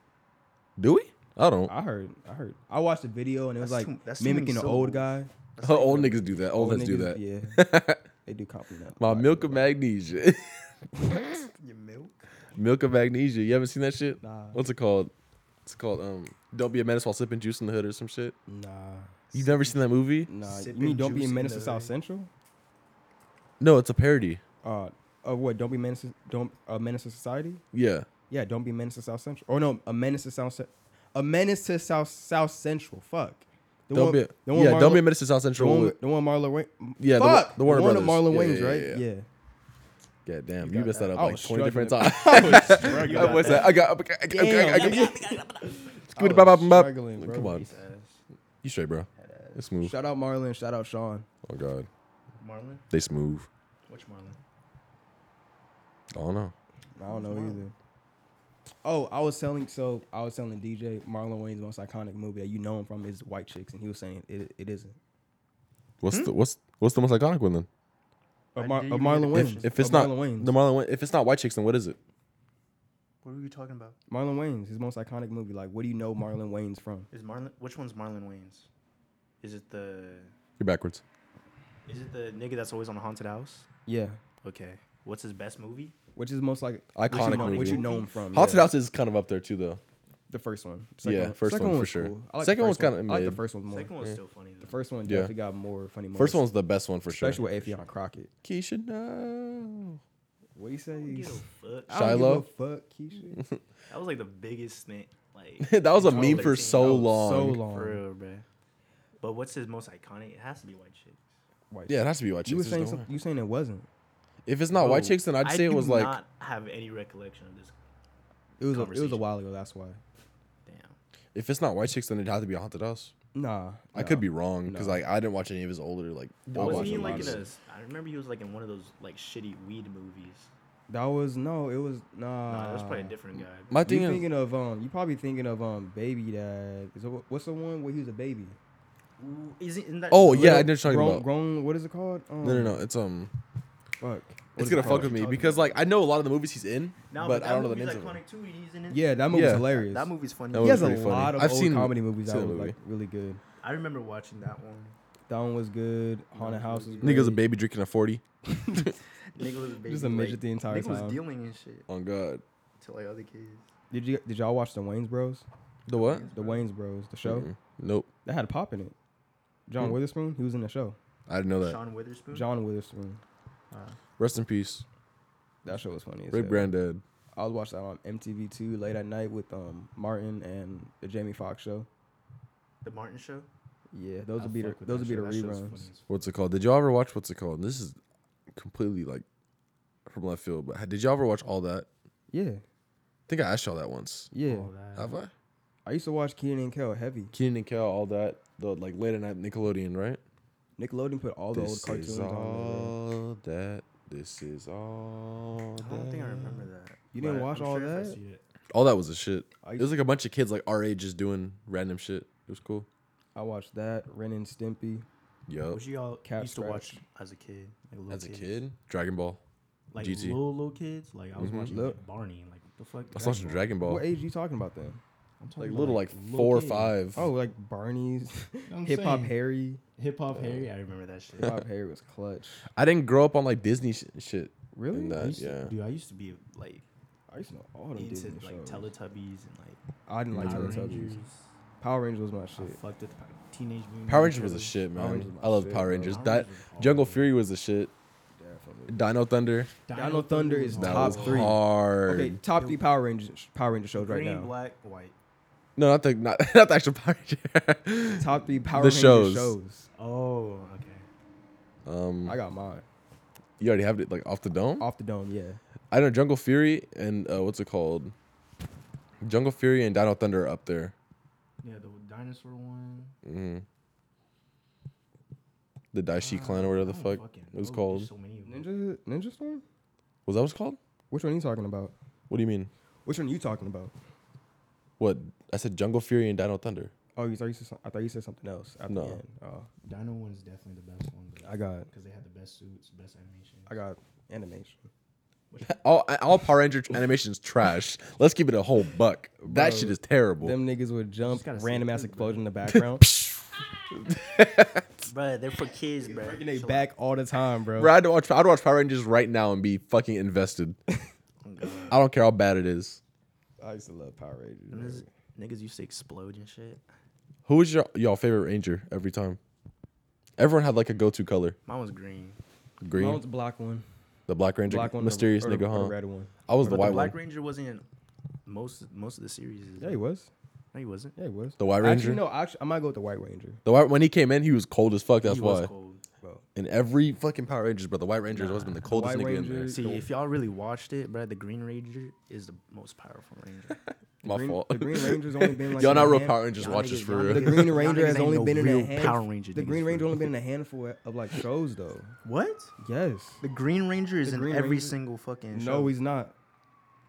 C: Do we? I don't.
B: I heard. I heard. I watched a video and it was
A: That's
B: like
A: too- that's too many
B: mimicking an old
A: syllables.
B: guy.
C: old niggas do that. Old,
B: Old
C: heads do
B: niggas-
C: that.
B: Yeah, they do compliment.
C: My
B: black
C: milk of
B: girls.
C: magnesia,
A: Your milk?
C: milk of magnesia. You haven't seen that shit?
B: Nah.
C: What's it called? It's called um. Don't be a menace while sipping juice in the hood or some shit.
B: Nah,
C: You've never seen that movie?
B: nah. You
A: Sipping
B: mean don't be
A: juice
B: a
A: in
B: menace
A: the
B: to South
A: hood.
B: Central?
C: No, it's a parody.
B: Uh, of what? Don't be menace. to- Don't a menace to society?
C: Yeah,
B: Yeah, don't be a menace to South Central. Or no, a menace to South. Cen- A menace to South South Central. Fuck. The
C: don't
B: one-
C: be.
B: the one
C: yeah,
B: Marlo-
C: don't be a menace to South
B: The
C: Central.
B: one,
C: with-
B: the one Marlon Wayne.
C: Yeah, the one-
B: fuck,
C: the Warner
B: one of
C: Brothers.
B: Marlon
C: Yeah,
B: Way's,
C: yeah,
B: right?
C: yeah,
B: Yeah.
C: God damn, you, messed that up
B: I
C: like
B: was
C: twenty different
B: struggling.
C: times.
A: got
C: What's that? I got. Okay, okay, okay,
B: Damn.
C: okay.
B: I was
C: Scoot bop, bop, bop.
B: struggling, bro.
C: Come on, you straight, bro. It's smooth.
B: Shout out Marlon. Shout out Sean.
C: Oh god,
A: Marlon?
C: they smooth.
A: Which Marlon?
C: I don't know.
B: I don't know either. Oh, I was telling so I was telling DJ Marlon Wayne's most iconic movie that you know him from is White Chicks, and he was saying it, it isn't. Hmm?
C: What's the what's what's the most iconic one then?
B: Of,
A: I
B: Mar-
A: do
B: of
A: know
B: Marlon
A: the
B: Wayne.
A: question.
C: If, if it's
B: of
C: not
B: Marlon Wayne's.
C: the Marlon Wayne, if it's not White Chicks, then what is it?
A: What were you talking about?
B: Marlon Wayne's his most iconic movie. Like, what do you know Marlon Wayne's from?
A: Is Marlon? Which one's Marlon Wayans? Is it the?
C: You're backwards.
A: Is it the nigga that's always on a haunted house?
B: Yeah,
A: Okay. What's his best movie?
B: which is most like what you
C: Iconic
B: know,
C: movie.
B: What you know him from?
C: Haunted
B: yeah.
C: House is kind of up there too, though.
B: The first one.
C: Yeah, first
B: second
C: one for
B: was
C: sure.
B: cool. I like the
C: Second
B: first
C: one's
B: one.
C: kinda
B: I like the
C: mid.
B: first one more.
A: Second one's still funny though.
B: The first one
C: Yeah.
B: definitely got more funny. Moments.
C: First one's the best one for sure.
B: especially with Afion Crockett.
C: Keisha, no.
B: What do you say?
A: Give a
B: He's-
A: fuck.
B: I don't give a Fuck Keisha.
A: That was like the biggest thing. Like
C: that was a
A: in
C: meme for
A: 2013.
C: so long.
B: so
A: For
B: long.
A: real, bro. But what's his most iconic? It has to be White Chicks.
B: White
C: Yeah, it has to be White Chicks.
B: You were
C: there's
B: saying
C: no
B: some,
C: way.
B: you saying it wasn't.
C: If it's not White
A: Oh,
C: Chicks, then I'd say it
A: do
C: was like
A: not have any recollection of this.
B: It was a, it was a
A: Conversation.
B: while ago. That's why.
A: Damn.
C: if it's not White Chicks, then it'd have to be Haunted House.
B: Nah,
C: I could
B: nah.
C: be wrong because
B: No.
C: like I didn't watch any of his older like. I
A: Wasn't
C: watched
A: he
C: a
A: in,
C: lot
A: like
C: of
A: in a?
C: his-
A: s- I remember he was like in one of those like shitty weed movies.
B: That was no. It was nah.
A: Nah, that was probably a different guy.
C: My
B: You
C: thing is,
B: thinking of um? You probably thinking of um? Baby Dad. Is it, what's the one where he was a baby?
A: Ooh, Isn't isn't that?
C: oh
A: the
C: yeah, I
A: little-
C: know what
B: grown,
C: you're talking about.
B: grown. What is it called? Um,
C: No, no, no. It's um,
B: Fuck.
C: it's gonna fuck with me because like I know a lot of the movies he's in,
A: Nah,
C: but
A: that
C: I don't know the
A: movie's
C: names of them.
A: iconic too. He's in it.
B: Yeah, that movie's
C: Yeah.
B: hilarious.
A: That movie's funny.
C: That
B: He has a
C: was pretty funny.
B: lot of
C: I've
B: old
C: seen-
B: comedy movies that
C: seen
B: were
C: the movie.
B: like really good.
A: I remember watching that one.
B: That one was good. Haunted House was
C: Nigga's a
B: great.
C: baby drinking a forty.
A: Nigga was a baby.
B: Just a midget
A: like,
B: the entire
A: Nigga
B: time.
A: was dealing and shit
C: On Oh, God,
A: to like other kids.
B: Did you did y'all watch the Wayne's Bros?
C: the what?
B: The Wayne's Bros, the show
C: Mm-mm. Nope,
B: that had a pop in it. John
C: Hmm.
B: Witherspoon, he was in the show.
C: I didn't know that.
A: Sean Witherspoon.
B: John Witherspoon,
C: Rest in peace,
B: that show was funny. as
C: Ray
B: hell.
C: Brandad.
B: I was watching that on MTV two late at night with um Martin and the Jamie Foxx show.
A: The Martin Show.
B: Yeah, those
A: I
B: would be the,
A: fuck with
B: those
A: that
B: would be the
A: show. That show's funny
B: reruns.
A: as fuck.
C: What's it called? Did y'all ever watch what's it called? This is completely like from left field, but ha- did y'all ever watch all that? I
B: Yeah,
C: think I asked y'all that once.
B: yeah.
A: All that.
C: Have I?
B: I used to watch Keenan and Kel heavy.
C: Keenan and Kel, all that, the like late at night Nickelodeon, right?
B: Nickelodeon put all the old
C: This
B: cartoons
C: is
B: on. there, bro.
C: all that. This is all.
A: I don't think I
C: that.
A: remember that.
B: You didn't
A: but
B: watch
A: I'm
B: all
A: sure if I
B: that?
A: see it.
C: All that was a shit.
B: I
C: It was like a bunch of kids like our age just doing random shit. It was cool.
B: I watched that Ren and Stimpy.
C: Yup.
A: What you all
B: Cat
A: used to watch
B: Scratch.
A: as a kid? Like little
C: As a
A: kids?
C: kid, Dragon Ball.
A: like
C: GT.
A: little little kids. Like I was
C: Mhm.
A: watching
B: Mm-hmm. Look.
A: like, Barney. and, Like the fuck.
C: I was watching Dragon Ball.
B: What age are you talking about then?
A: I'm talking
C: Like
A: about,
C: little, like four or
A: kid.
C: five.
B: Oh, like Barney's,
A: I'm
B: Hip Hop
A: saying.
B: Harry.
A: Hip Hop Harry. I remember that shit.
B: Hip Hop Harry was clutch.
C: I didn't grow up on like Disney sh- shit.
B: Really?
C: And
A: I
C: that,
A: used to-
C: yeah.
A: Dude, I used to be like
B: I used to know all the
A: into
B: Disney
A: like
B: shows.
A: Teletubbies and like
B: I didn't like
A: Power
B: Teletubbies.
A: Rangers.
B: Power Rangers was my
A: I
B: shit.
A: fucked with Pow- Teenage Mutant
C: Power
A: Ninja
C: Rangers was a
A: Turtles.
C: shit,
B: Power
C: man.
B: Rangers was
C: I love
B: shit,
C: Power
B: bro.
C: Rangers.
A: Power
C: That
A: Rangers was
C: Jungle
A: hard.
C: Fury was a shit.
B: Yeah, I fuck with it.
C: Dino Thunder.
B: Dino Thunder is
C: That
B: Top
C: was
B: three.
C: hard.
B: Okay, top three Power Rangers Power Ranger shows right
A: green,
B: now.
A: black, white.
C: No, not the not, not the actual Power Ranger.
B: Top three Power
C: The
B: Ranger
C: shows.
B: shows.
A: Oh, okay.
C: um,
B: I got mine
C: you already have it like off the dome.
B: off the dome. Yeah,
C: I know Jungle Fury and uh, what's it called? Jungle Fury and Dino Thunder are up there.
A: Yeah, the dinosaur one.
C: hmm The Daishi
B: Ah,
C: Clan or whatever the
A: I don't
C: fuck
A: fucking
C: it was
A: know.
C: called.
A: Oh, There's so many of them.
B: Ninja Ninja Storm.
C: Was that what's called?
B: Which one are you talking about?
C: What do you mean?
B: Which one are you talking about?
C: What I said, Jungle Fury and Dino Thunder.
B: Oh, you thought you said some, I thought you said something else. At
C: No.
B: the end. Oh,
A: Dino one's definitely the best one.
B: I got
A: because they had the best suits, best animation.
B: I got animation.
C: All all Power Ranger animations trash. Let's keep it a whole buck. That
B: Bro,
C: shit is terrible.
B: Them niggas would jump,
A: gotta see
B: random
A: it
B: ass
A: through,
B: explosion in the background,
A: Bro, they're for kids, bro.
B: breaking they back all the time, bro.
C: Bro, I'd watch I'd watch Power Rangers right now and be fucking invested. I don't care how bad it is.
B: I used to love Power Rangers.
A: Niggas,
B: bro.
A: niggas used to explode and shit.
C: Who was your y'all favorite Ranger every time? Everyone had like a go to color.
A: Mine was green.
C: Green,
B: Mine was the black one,
C: the black Ranger,
B: black one, or-
C: mysterious
B: or the-
C: nigga,
B: or the
C: huh?
B: red one.
C: I was the
A: But
C: white
A: the Black
C: one.
A: Ranger wasn't in most most of the series. is
B: Yeah,
A: it?
B: he was.
A: no, he wasn't.
B: Yeah, he was.
C: The White Ranger.
B: Actually, no. Actually, I might go with the White Ranger.
C: The white when he came in, he was cold as fuck. That's
A: he
C: why.
A: was cold.
C: In every fucking Power Rangers, bro, the White Ranger has always been the coldest
B: White
C: nigga in
B: Ranger-
C: there.
A: See, if y'all really watched it, bro, the Green Ranger is the most powerful ranger.
C: My
B: Green,
C: fault.
B: the Green Ranger's only been like
C: y'all
B: in
C: not
B: a
C: real
B: hand-
C: Power Rangers
A: y'all
C: watchers
A: niggas-
C: for
A: y'all
C: real.
B: The
A: niggas-
B: Green
A: y'all
B: Ranger
A: niggas
B: has
A: ain't
B: only
A: no
B: been in a
A: real
B: hand,
A: Power Ranger
B: The
A: niggas
B: Green
A: for
B: Ranger
A: real.
B: only been in a handful of like shows though.
A: What?
B: Yes.
A: The Green Ranger is
B: The
A: in
B: Green
A: every
B: Ranger-
A: single fucking show.
B: No, he's not.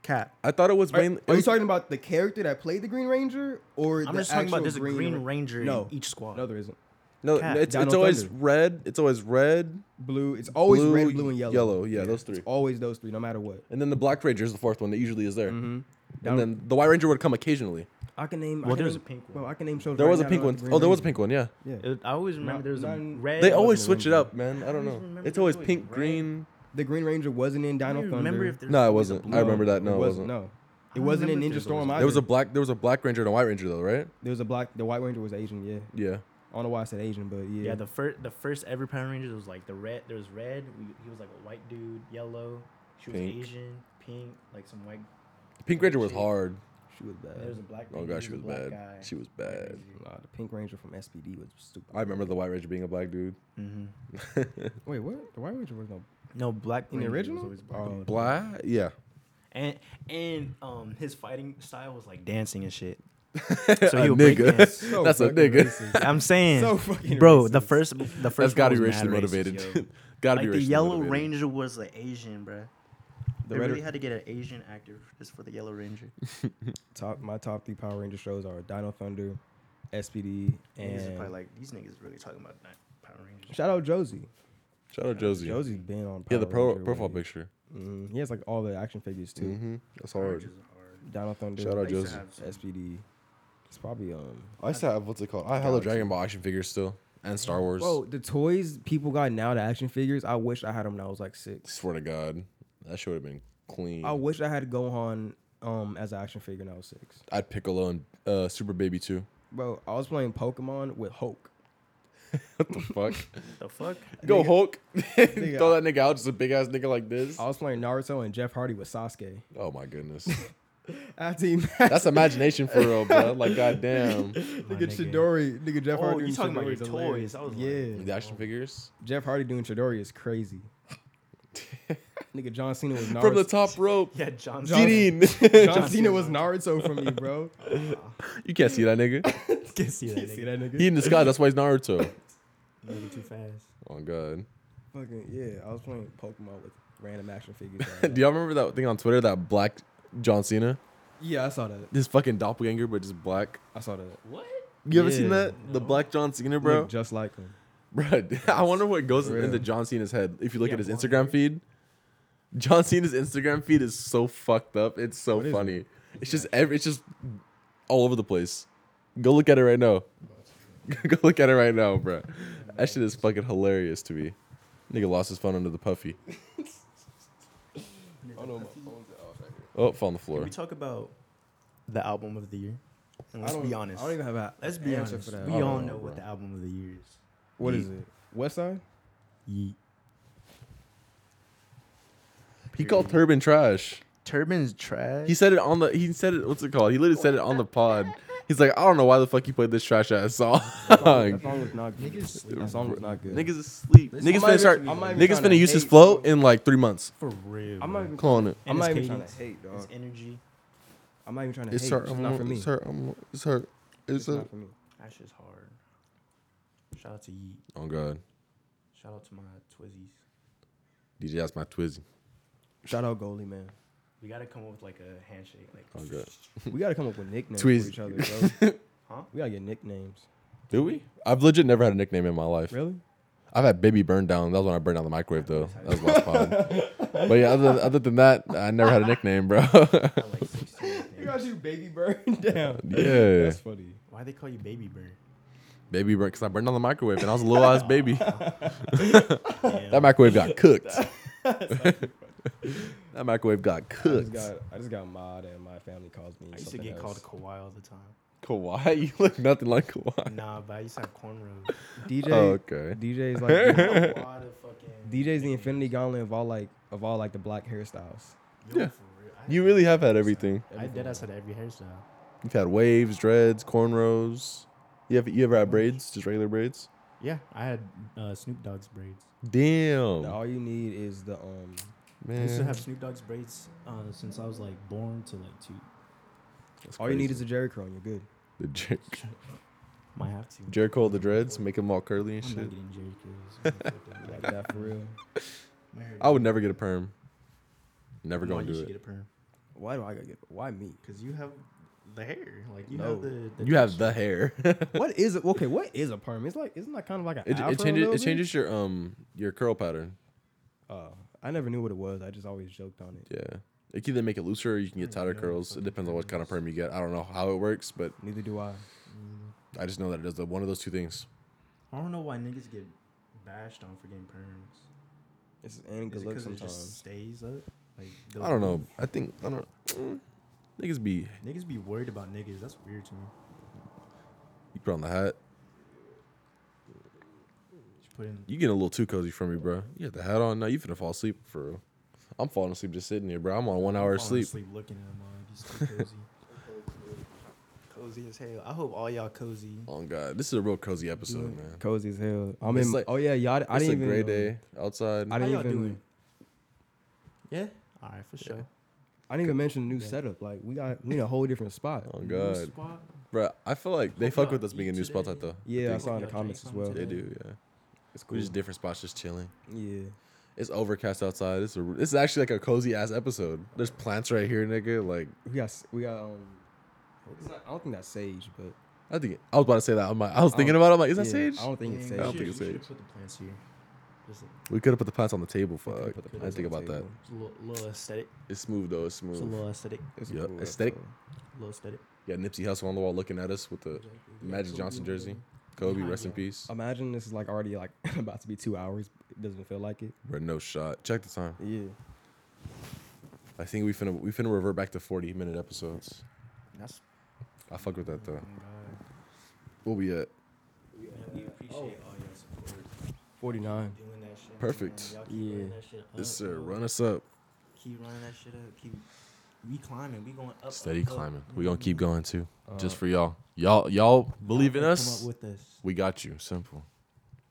A: cap.
C: I thought it was
B: Are,
C: mainly.
B: are you talking about the character that played the Green Ranger, or
A: I'm
B: the
A: just talking about
B: actual
A: there's a Green
B: Ra-
A: Ranger
B: no.
A: in each squad.
B: No, there isn't.
C: No,
A: Cat.
C: it's, it's
B: Donald
C: always
B: Thunder.
C: red. It's always red.
B: Blue. It's always
C: blue,
B: red, blue, and yellow.
C: Yellow, yeah, those three.
B: It's always those three, no matter what.
C: And then the Black Ranger is the fourth one that usually is there.
B: Down-
C: And then the White Ranger would come occasionally.
B: I can name. I
A: Well,
B: can
A: there was
B: name-
A: a pink one.
B: Well, I can name shows.
C: There
B: right
C: was a
B: now
C: pink
B: about
C: one.
B: the Green
C: Oh, there was a
B: Ranger.
C: pink one. Yeah.
B: Yeah.
A: It- I always remember
B: Not-
A: there was
B: not
A: a
B: in-
A: red.
C: They
A: there was
C: always
A: a
C: switch it
A: rainbow.
C: up, man. I
A: always
C: don't know.
A: remember
C: It's
A: it
C: always
A: was
C: pink,
A: red.
C: green.
B: The Green Ranger wasn't in
A: I
B: Dino
A: don't
B: Thunder.
A: remember if there's
C: No, it
A: always a
C: wasn't. I
A: blue-
C: remember that.
B: it
C: No, it wasn't.
B: No,
A: I
B: it
A: don't
B: wasn't in
A: remember if
B: Ninja
A: there's
B: Storm
A: always a-
B: either.
C: There was a black. There was a Black Ranger and a White Ranger though, right?
B: There was a black. The White Ranger was Asian. Yeah.
C: Yeah.
B: I don't know why I said Asian, but yeah.
A: Yeah, the first the first ever Power Rangers was like the red. There was red. We, he was like a white dude, yellow. She was
C: Pink.
A: Asian, pink, like some white.
C: Pink Ranger was hard.
B: she was bad.
A: and There was a black.
C: Oh
A: lady,
C: gosh, she
A: there
C: was
A: a black
C: bad.
A: guy.
C: She was bad.
B: Nah, the Pink Ranger from SPD was stupid. Mm-hmm.
C: I remember the White Ranger being a black dude.
A: Mhm.
B: Wait, what? The White Ranger was no.
A: No, black
B: In the
A: Ranger was
B: original?
A: always black.
B: Oh.
C: Uh, Black? Yeah.
A: And and um his fighting style was like dancing and shit.
C: a
A: So he would break
C: nigga.
A: dance.
B: So
C: That's a
B: fucking
C: nigga.
B: racist.
A: I'm saying,
B: So fucking
A: bro, the
B: racist.
A: first the first
C: That's
A: one
C: gotta
A: was
C: be
A: mad
C: racially
A: racist,
C: motivated.
A: yo. like
C: gotta be
A: the
C: racially
A: Yellow
C: motivated.
A: Ranger was like Asian, bro.
B: The
A: they
B: Red
A: really had to get an Asian actor just for the Yellow Ranger.
B: top my top three Power Ranger shows are Dino Thunder, SPD,
A: niggas is
B: and
A: probably like these niggas really talking about that Power Rangers.
B: shout out Josie.
C: Shout out Josie.
B: Josie's been on.
C: Yeah, the
B: Power
C: pro,
B: Ranger
C: profile
B: wave.
C: picture.
B: Mhm. He has like all the action figures too.
C: Mm-hmm. That's
A: Power
C: hard.
A: Rangers are hard.
B: Dino Thunder.
C: Shout out
A: I used to
C: Josie.
A: have some-
B: SPD. It's probably um.
C: I used to have what's it called? I had a Dragon Ball action figures still and Star Wars.
B: Bro, the toys people got now, the action figures. I wish I had them when I was like six.
C: Swear to God, that should have been clean.
B: I wish I had Gohan um as an action figure when I was six.
C: I would Piccolo and uh, Super Baby too.
B: Bro, I was playing Pokemon with Hulk.
C: What the fuck?
A: The fuck?
C: Go Hulk! Throw that nigga out, just a big ass nigga like this.
B: I was playing Naruto and Jeff Hardy with Sasuke.
C: Oh my goodness.
B: After he
C: That's imagination for real, bro. Like, goddamn.
B: nigga Chidori, nigga Jeff
A: Oh, you
B: Hardy. doing
A: talking about
B: Chidori
A: your
B: is hilarious.
A: toys? I was like,
B: yeah,
C: The action figures
B: Jeff Hardy doing Chidori is crazy. nigga John Cena was Naruto.
C: from the top rope.
A: Yeah, John.
B: John-
C: Zidane.
B: John Cena was Naruto for me, bro.
C: you can't see that nigga.
A: can see that.
B: You see
A: nigga.
B: that nigga?
C: He in the sky. That's why he's Naruto.
A: Nigga too fast.
C: Oh god.
B: Fucking yeah, I was playing Pokemon with random action figures.
C: Do y'all remember that thing on Twitter? That black John Cena,
B: yeah, I saw that.
C: this fucking doppelganger, but just black.
B: I saw that.
A: What?
C: You ever seen
A: Yeah,
C: that? The
A: no.
C: black John Cena, bro.
B: Look just like him.
C: Bro, I wonder what goes
B: For
C: into
B: real.
C: John Cena's head. If you look
A: Yeah,
C: at his
A: why?
C: Instagram feed, John Cena's Instagram feed is so fucked up. It's so
B: What is it?
C: funny. It's just every. It's just all over the place. Go look at it right now. Go look at it right now, bro. That shit is fucking hilarious to me. Nigga lost his phone under the puffy.
B: Oh no, my
C: Oh, fell on the
A: Can
C: floor.
A: we talk about the album of the year? And let's be honest.
B: I don't even have a
A: Let's be
B: answer
A: honest.
B: for that.
A: We
C: I don't
A: all
C: know,
A: know what the
C: bro.
A: album of the year is.
B: What is it? West Side?
A: Yeet.
C: He called Turban trash.
A: Turban's trash.
C: He said it on the. He said it. What's it called? He literally said it on the pod. He's like, I don't know why the fuck you played this trash ass song.
B: That song was not good. That song was not good.
C: Niggas is sleep.
B: This-
C: Niggas
B: I'm not
C: finna
B: even-
C: start.
B: I'm not even
C: Niggas
B: trying to
C: finna use his
B: hate,
C: flow
B: bro.
C: in like three months.
A: for real. bro.
B: I'm not even.
C: Calling it.
B: I'm
A: And
B: not
A: his
B: even trying
A: cadence.
B: to hate, dog.
A: His energy.
B: I'm not even trying to
C: It's
B: hate.
C: her.
B: It's just not for me.
C: It's her. I'm- It's her. It's
B: It's
C: her.
B: not for me.
A: That shit's hard. Shout out to Yeet.
C: Oh god,
A: Shout out to my Twizzies.
C: DJ, that's my twizzy.
B: Shout out goalie man.
A: We gotta come up with like a handshake. Like,
C: Oh god,
B: We gotta come up with nicknames
C: Tweez.
B: for each other, bro.
A: huh?
B: We gotta get nicknames.
C: do we? I've legit never had a nickname in my life.
B: Really?
C: I've had baby burn down. That was when I burned down the microwave though. That was last pod. But yeah, other than, other than that, I never had a nickname, bro.
A: I like 16.
B: You got you baby burn down.
C: yeah,
B: That's funny.
A: Why they call you Baby Bird?
C: baby burn because I burned down the microwave and I was a little ass baby. that
A: Damn.
C: microwave got cooked. that microwave got
B: I just
C: cooked.
B: got I just got mod and my family calls me.
A: I used to
B: something
A: get called
B: else.
A: Kawhi all the time.
C: Kawhi, you look nothing like Kawhi.
A: Nah, but I used to have cornrows.
B: DJ.
C: Oh, Okay.
B: DJ's like
A: Kawhi the fucking.
B: DJ's the infinity gauntlet of all like of all like the black hairstyles.
A: Yo,
C: Yeah.
A: for real. I
C: You
A: had
C: really
A: every
C: have had
A: hairstyle.
C: everything.
A: I did. I said every hairstyle.
C: You've had waves, dreads, cornrows. You have you ever had braids? Just regular braids?
A: Yeah, I had uh, Snoop Dogg's braids.
C: Damn.
B: All you need is the um
A: I used to
C: Man.
A: have Snoop Dogg's braids uh, since I was like born to like two.
C: That's
B: all you need
C: crazy.
B: is a Jerry curl and you're good.
C: the Jer-
A: Might have to.
C: Jericho with the dreads, make them all curly and
A: I'm not
C: shit.
A: getting Jerry curls.
B: Like that for real.
C: I would never get a perm. Never gonna do
A: Get
C: it.
A: a perm.
B: Why do I gotta get why me?
A: Cause you have the hair. Like you
B: No.
A: have the, the
C: You have the hair. it,
B: What is it? Okay, what is a perm? It's like isn't that kind of like an afro
C: it
B: a
C: changes.
B: little
C: It
B: bit?
C: changes your um your curl pattern.
B: Oh, I never knew what it was. I just always joked on it.
C: Yeah. It can either make it looser or you can get
A: Mm,
C: tighter
A: no
C: curls. It
A: fucking
C: depends on what kind of
A: perms.
C: perm you get. I don't know how it works, but
B: Neither do I.
C: I just know that it does the, one of those two things.
A: I don't know why niggas get bashed on for getting perms.
B: It's an
A: Is
B: good
A: it
B: look
A: because it
B: sometimes.
A: just stays up? Like the-
C: I don't know. I think I don't. mm, Niggas be
A: Niggas be worried about niggas. That's weird to me.
C: you put on the hat.
A: Just put in.
C: You getting a little too cozy for me, bro. You got the hat on now. You finna fall asleep for real. I'm falling asleep just sitting here, bro. I'm on one hour of
A: falling
C: sleep.
A: asleep looking at him. uh, He's too cozy. cozy as hell. I hope all y'all cozy.
C: Oh god, this is a real cozy episode, man.
B: Cozy as hell. I'm
C: It's
B: in.
C: like-
B: oh yeah, y'all. I
C: it's
B: didn't
C: a
B: even.
C: gray
B: um,
C: day outside.
B: I
A: How
B: didn't
A: y'all
B: even.
A: doing? Yeah. All right, for sure.
B: I didn't even mention the new setup. Like we got we in a whole different spot.
C: oh
A: New
C: god,
A: spot.
C: bro. I feel like they
A: Hope
C: fuck
A: y'all
C: with us being
A: eat
C: in new spots out
A: today.
C: though.
B: Yeah, I
C: think
B: saw it in the
A: Y'all
B: comments as
A: drinking
B: well.
C: they
A: today?
C: do. Yeah,
B: It's
C: we're just different spots, just chilling.
B: Yeah.
C: It's overcast outside. It's a, this is actually like a cozy ass episode. There's plants right here, nigga. Like
B: We got s- we got um. It's not, I don't think that's sage, but
C: I think I was about to say that. I'm like, I was
B: I
C: thinking
B: don't-
C: about. it. I'm like, is that
B: yeah,
C: sage?
B: I don't think it's
A: Yeah,
B: sage.
A: we
C: I don't
A: should-
C: think it's
A: we should
C: sage.
A: Put the plants here. Just a,
C: We could have put the plants on the table. Fuck.
B: could've
C: I
B: put the
C: didn't
B: plants on
C: think
B: the
C: about that.
B: table.
A: it's a little, little aesthetic.
C: It's smooth though. It's
A: It's a
C: smooth.
A: little aesthetic.
B: It's
C: Yep,
B: cool,
C: aesthetic.
B: so.
A: little aesthetic.
C: Yeah, Nipsey Hussle on the wall looking at us with the Magic Johnson jersey. Kobe,
A: Behind
C: rest in
A: you.
C: peace.
B: Imagine this is like already like about to be two hours. It doesn't feel like it.
C: Bro, no shot. Check the time.
B: Yeah.
C: I think we finna we finna revert back to forty minute episodes.
A: That's.
C: I fuck with that though.
A: oh, God.
C: Where we at?
A: Man, we appreciate all your support.
B: Forty nine.
A: Doing that shit. Man.
C: Perfect.
A: Y'all keep running
B: Yeah.
A: that shit up,
C: Yes, sir.
A: bro.
C: Run us up.
A: Keep running that shit up. Keep We climbing. We going up.
G: Steady
A: up, up.
G: climbing. We gonna keep going too, just
H: Uh,
G: for y'all. Y'all, y'all believe in
A: Come
G: us.
A: up with us.
G: we got you. Simple.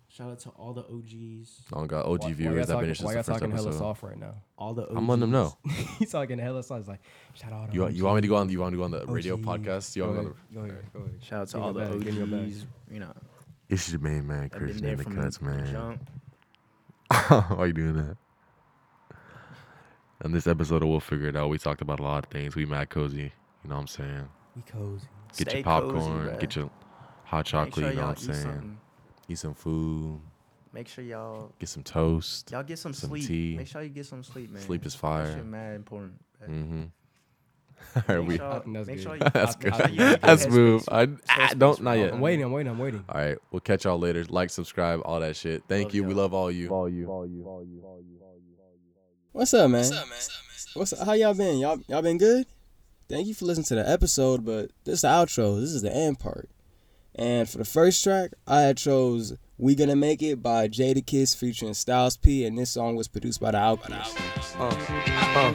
A: Shout out to all the OGs.
G: I don't got OG
H: why- why
G: viewers
H: y'all
G: that
H: talking-
G: been here since
H: Why
G: the
H: y'all
G: first
H: talking hella
G: episode.
H: soft right now?
A: All the OGs.
G: I'm letting them know.
H: He's talking hella soft. He's like, shout out.
G: You, you want me to go on? You want to go on the radio
H: OG.
G: podcast? You
H: Go
G: want
H: ahead.
G: to go on
H: Go ahead. Go ahead.
A: Shout out to
H: Give
A: all
H: it
A: the
H: back, give it back.
A: OGs. You know,
C: It's your main man,
A: that been
C: Christian
A: there
C: in the
A: from
C: cuts,
A: the
C: man.
A: jump.
G: the?
C: Why you doing that? On this episode of We'll Figure It Out, we talked about a lot of things. We mad cozy. You know what I'm saying?
H: We cozy.
C: Get
A: Stay cozy,
C: your popcorn,
A: bruh.
C: get your hot
A: Make
C: chocolate,
A: sure
C: you know
A: y'all
C: what I'm
A: eat
C: saying?
A: something.
C: Eat some food,
A: Make sure y'all
C: get some toast.
A: y'all get some,
C: Some
A: sleep.
C: tea.
A: Make sure you get some sleep, man.
C: Sleep is
A: That
C: fire.
A: shit mad important. bruh.
C: Mm-hmm. All right,
A: Make
C: we.
A: sure-
H: think that's good. I-
A: make sure you-
C: That's good.
H: I think you-
C: That's
A: headspace.
C: move. I ah,
A: Headspace
C: don't not
A: for all
C: yet.
A: that.
H: I'm waiting. I'm waiting. I'm waiting.
C: All right, we'll catch y'all later. Like, subscribe, all that shit. Thank
A: Love
C: you. We
A: y'all.
C: love all you. All you.
B: What's up, man? What's up, man? What's up? How y'all been? Y'all y'all been good? Thank you for listening to the episode, but this is the outro. This is the end part. And for the first track, I had chose "We Gonna Make It" by Jada Kiss featuring Styles P, and this song was produced by The Alchemist. uh.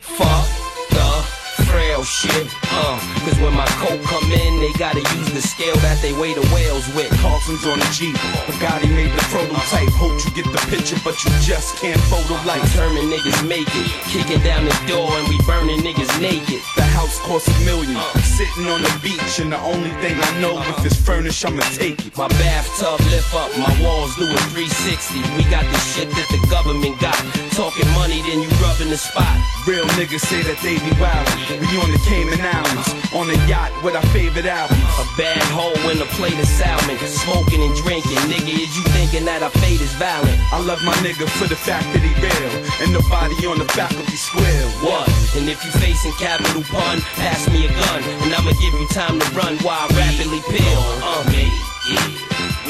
I: Fuck the frail shit, uh. Cause when my coat come in, they gotta use the scale that they weigh the whales with.
J: Parsons on the Jeep. Bugatti made the prototype. Hope you get the picture, but you just can't photo
I: Like
J: like
I: German niggas make it. Kicking down the door and we burning niggas naked.
J: The house costs a million. Sitting on the beach, and the only thing I know with this furnish, I'ma take it.
I: My bathtub lift up, my walls doing 360. We got the shit that the government got. Talking money, then you rubbing the spot.
J: Real niggas say that they be wild. We on the Cayman Islands, on a yacht with our favorite album.
I: A bad hole in a plate of salmon. Smoking and drinking, nigga. Is you thinking that our fate is violent?
J: I love my nigga for the fact that he real, and nobody on the faculty square.
I: What? And if you facing capital pun, pass me a gun, and I'ma give you time to run while I rapidly peel. Uh, make it,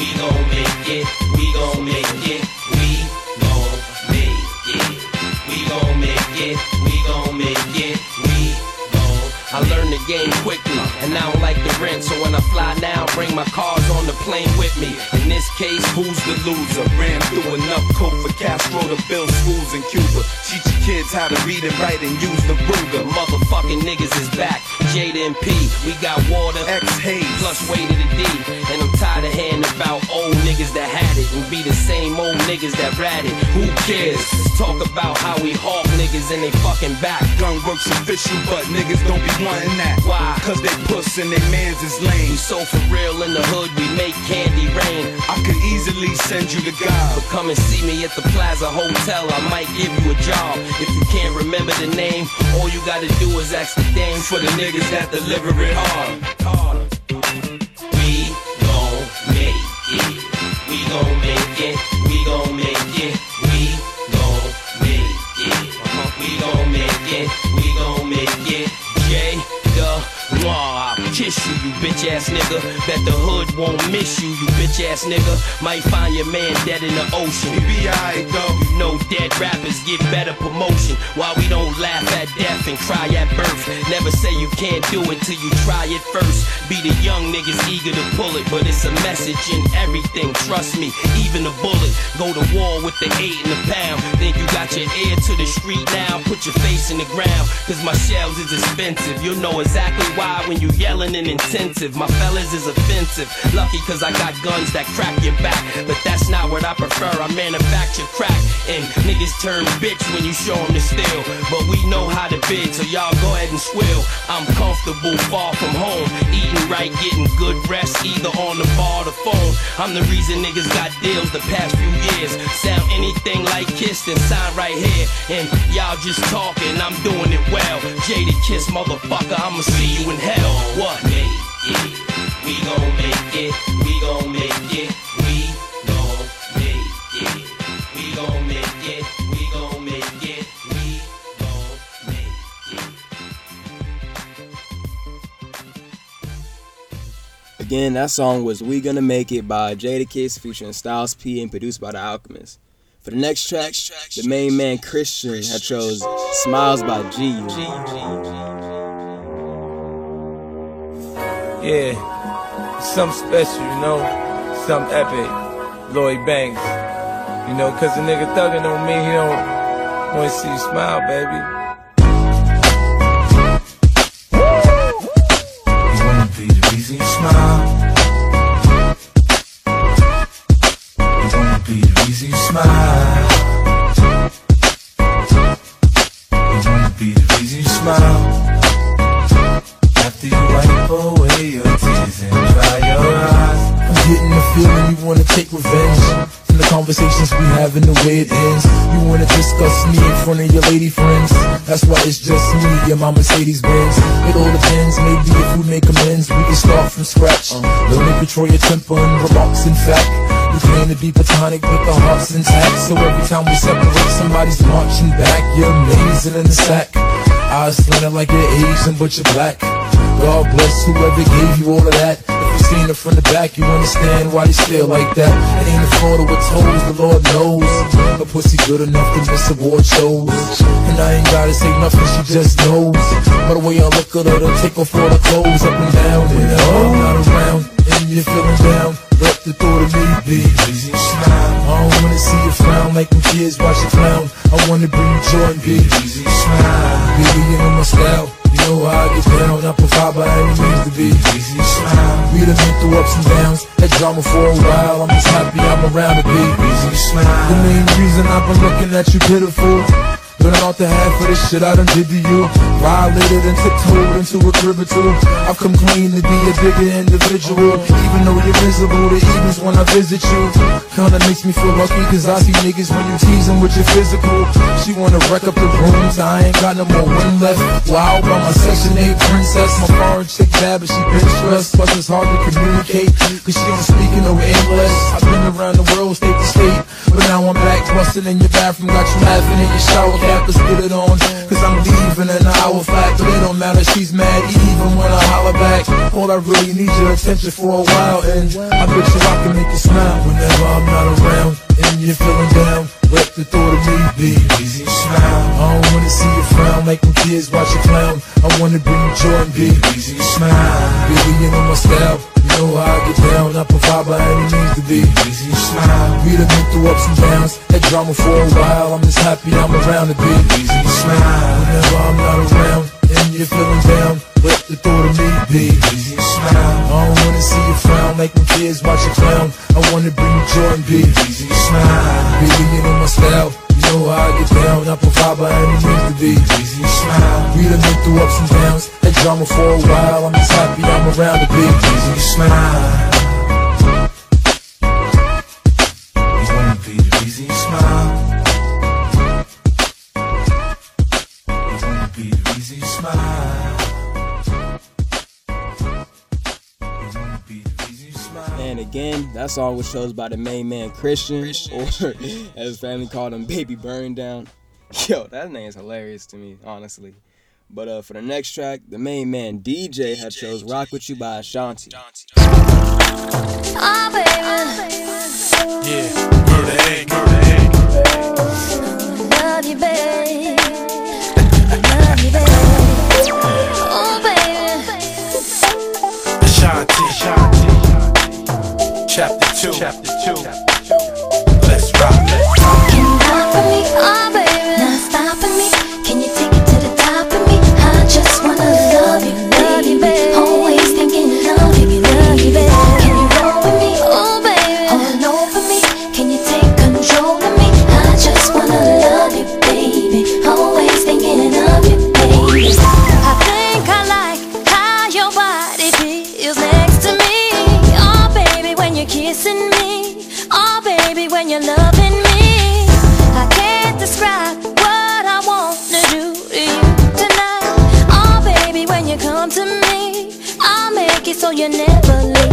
I: we gon' make it, we gon' make it, we gon' make it, we gon' make it, we gon' make it, we gon'. I learned the game quickly, and I don't like the rent, so when I fly now, bring my cars on the plane with me. In this case, who's
J: Who's the loser? Ran through enough coke for Castro to build schools in Cuba. Teach your kids how to read and write and use the
I: the
J: Ruger.
I: motherfucking niggas is back? Jada and P, we got water.
J: X Hayes.
I: plus way to the D. And I'm tired of hearing about old niggas that had it and be the same old niggas that ratted. Who cares? Let's talk about how we hawk niggas in they fucking back.
J: Gun works official, but niggas don't be wanting that.
I: Why?
J: Cause they puss and they mans is
I: We
J: lame.
I: so for real in the hood, we make candy rain.
J: I could easily send you to
I: But
J: God.
I: come and see me at the Plaza Hotel. I might give you a job if you can't remember the name. All you gotta do is ask the dame for the niggas that deliver it hard. Hard. We gon' make it. We gon' make it. We gon' make it. We gon' make it. We gon' make it. We gon' make it. Jay the Law, I'll kiss you, you bitch ass nigga. Bet the hood won't miss you, you bitch ass nigga. Might find your man dead in the ocean.
J: You be alright though.
I: You know dead rappers get better promotion. Why we don't laugh at death and cry at birth. Never say you can't do it till you try it first. Be the young niggas eager to pull it, but it's a message in everything. Trust me, even a bullet. Go to war with the eight and the pound. Think you got your ear to the street now? Put your face in the ground, cause my shells is expensive. You'll know exactly why when you yelling and intensive. My fellas is offensive. Lucky cause I got guns that crack your back, but that's not what I prefer. I manufacture crack, and niggas turn bitch when you show 'em the steel. But we know how to bid, so y'all go ahead and swill. I'm comfortable, far from home. Eating right, getting good rest, either on the bar or the phone. I'm the reason niggas got deals the past few years. Sound anything like Kiss, then sign right here. And y'all just talking, I'm doing it well. Jaded Kiss, motherfucker, I'ma see you in hell. What? Make it. We gon' make it. We gon' make it. We gon' make it. We gon' make it. We gon' make it. We gon' make it.
B: Again, that song was We Gonna Make It by Jada Kiss featuring Styles P and produced by The Alchemist. For the next track, the main man Christian had chose Smiles by G.
K: Yeah, some special, you know, some epic. Lloyd Banks, you know, cause a nigga thugging on me, he don't wanna see you smile, baby. smile. It won't be the reason you smile. It won't be the reason you smile. After you wipe away your tears and dry your eyes. I'm getting the feeling you wanna take revenge. From the conversations we have in the way it ends. You wanna discuss me in front of your lady friends. That's why it's just me and my Mercedes Benz. It all depends, maybe if we make amends, we can start from scratch. Learn to control your temper and remarks, in fact. We claim to be platonic with our hearts intact. So every time we separate, somebody's marching back. You're amazing in the sack. Eyes slanted like you're Asian, but you're black. God bless whoever gave you all of that. If you seen it from the back, you understand why they still like that. It ain't a fraud or a toes, the Lord knows. A pussy good enough to miss award shows. And I ain't gotta say nothing, she just knows. By the way I look at her, they'll take off all her clothes up and down. And I'm not around, and you're feeling down. Let the thought of me be easy smile. I don't wanna see you frown like them kids watch you clown. I wanna bring you joy and be easy smile. Baby, you know my style. You know how I get down, I provide by any means to be easy smile. We done been through ups and downs, had drama for a while. I'm just happy I'm around to be easy smile. The main reason I've been looking at you pitiful. Learning off the half of the shit I done did to you. Violated and tiptoed into a crib or two. I've come clean to be a bigger individual. Even though you're miserable, the evenings when I visit you. Kinda makes me feel lucky, cause I see niggas when you tease them with your physical. She wanna wreck up the rooms, I ain't got no more wind left. Wow, I'm a section 8 princess. My foreign chick bad, but she been stressed. Plus it's hard to communicate, cause she don't speak no English. I've been around the world, state to state. But now I'm back, busting in your bathroom, got you laughing in your shower cap. Let's get it on, cause I'm leaving in an hour flat. But it don't matter, she's mad even when I holler back. All I really need your attention for a while, and I bet you I can make you smile whenever I'm not around. And you're feeling down, let the thought of me be easy smile. I don't wanna see you frown like when kids watch you clown. I wanna bring you joy and be easy smile. Baby, you know my style. You know how I get down, I provide by any means to be easy smile. We done been through ups and downs, had drama for a while. I'm just happy I'm around to be easy smile. Whenever I'm not around and you're feeling down, let the thought of me be easy smile. I don't wanna see you frown like when kids watch you clown. I wanna bring you joy and be easy smile. Baby, you know my style. You know how I get down, I provide by any means to be easy smile. We done been through ups and downs, had drama for a while. I'm just happy I'm around to be easy smile. You wanna be the reason you smile. You wanna be the reason you smile. You wanna be the reason you smile.
L: And again, that song was chose by the main man Christian, or as his family called him, Baby Burn Down. Yo, that name is hilarious to me, honestly. But uh, for the next track, the main man DJ had chose "Rock with You" by Ashanti.
M: Oh, baby.
N: Yeah, girl, that ain't, girl, that ain't.
M: Love you, babe. Love you, babe. Oh, baby.
N: Ashanti, Chapter two. Chapter two. Let's rock. Let's rock.
M: Oh, baby. Not stopping me. Can you take it to the top of me? I just wanna love you, love you, babe. Always thinking love you, love you, babe. Can you roll with me? Oh, baby. All over me. Can you take control of me? I just wanna love you, baby. Always thinking of you, baby. I think I like how your body feels next to me. Oh, baby, when you're kissing me. Oh, baby, when you're loving me. I can't describe what I wanna do to you tonight. Oh, baby, when you come to me, I'll make it so you never leave.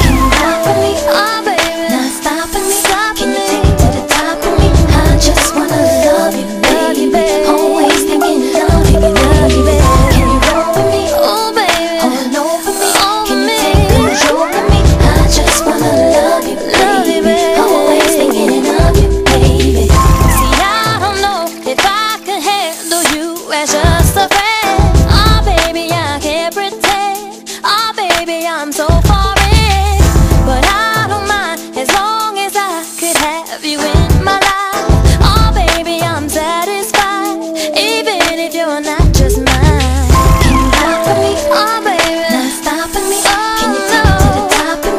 M: Can you rock with me? Oh, baby, not stopping me. Can you take it to the top of me? I just wanna love you, love you, baby. Always thinking love you, love you, baby. Can you roll with me? Oh, baby, Oh, all over me. Can you take control of me? I just wanna love you, love you, baby. Always thinking of you, baby. See, I don't know if I could handle you as just a friend. Oh, baby, I can't pretend. Oh, baby, I'm so far in. But I don't mind as long as I could have you in my life. Oh, baby, I'm satisfied. Even if you're not just mine. Can you rock with me? Oh, baby. Not stopping me. Can you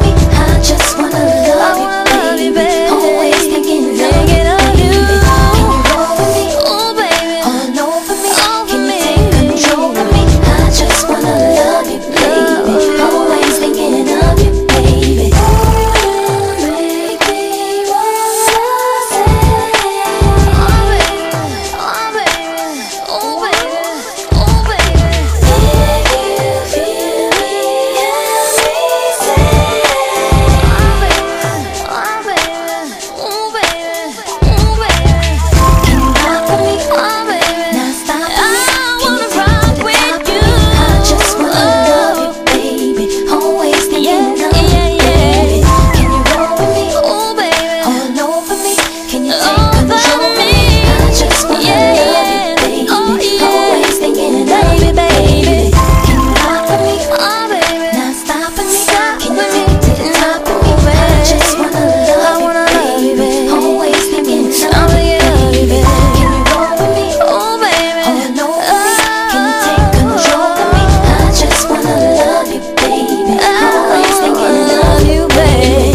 M: Can you take control of me? I just wanna love you, baby. Always thinking I love you, baby. Can you rock with me? Not stop with me. Can you take to the top of me? I just wanna love you, baby. Always thinking I love you, baby. Can you roll with me? Hold on over me. Can you take control of me? I just wanna love you, baby. Always thinking I love you, baby.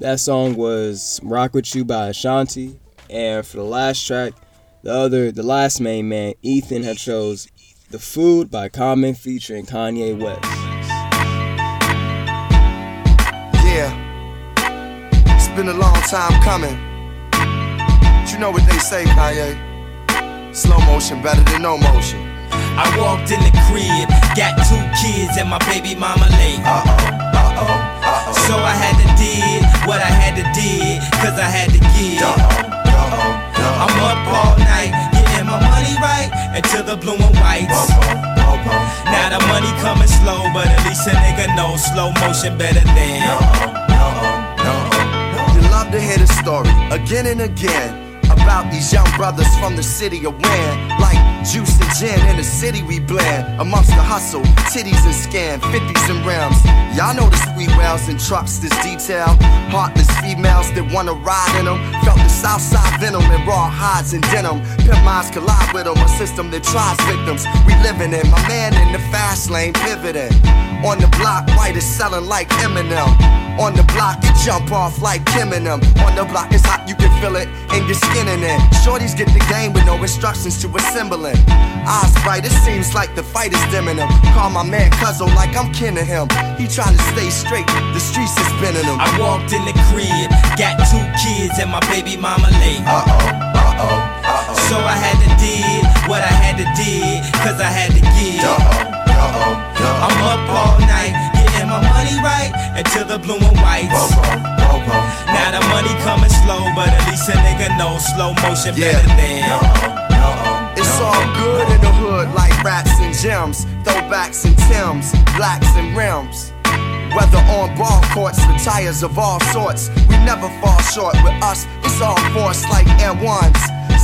B: That song was Rock With You by Ashanti. And for the last track, the other the last main man, Ethan had chose The Food by Common featuring Kanye West.
O: Yeah. It's been a long time coming. You know what they say, Kanye. Slow motion better than no motion.
D: I walked in the crib, got two kids and my baby mama late. Uh-oh, uh-oh, uh-oh. So I had to did what I had to did, cause I had to give. I'm up all night, getting my money right until the bloomin' whites. Now the money coming slow, but at least a nigga knows slow motion better than.
O: You love to hear the story again and again about these young brothers from the city of Wynn. Like juice and gin in the city we blend. Amongst the hustle, titties and scan, 50s and rims. Y'all know the sweet rounds and trucks this detail. Heartless females that wanna ride in them. Felt the south side venom and raw hides and denim. Pimp minds collide with them, a system that tries victims. We living in my man in the fast lane pivoting. On the block, white is selling like Eminem. On the block, you jump off like Kim and them. On the block, it's hot, you can feel it in your skin and it. Shorties get the game with no instructions to assemble it. Eyes bright, it seems like the fight is dimming them. Call my man Cuzzo like I'm kinning him. He trying to stay straight, the streets is spinning him.
D: I walked in the crib, got two kids and my baby mama late. Uh oh, uh oh, uh oh. So I had to did what I had to did, cause I had to give. Uh oh, uh oh, I'm up all night, getting my money right until the blue and whites. Now the money coming slow, but at least a nigga knows slow motion better than.
O: It's all good in the hood, like raps and gems, throwbacks and Tims, blacks and rims. Whether on ball courts, the tires of all sorts, we never fall short. With us, it's all force like air ones.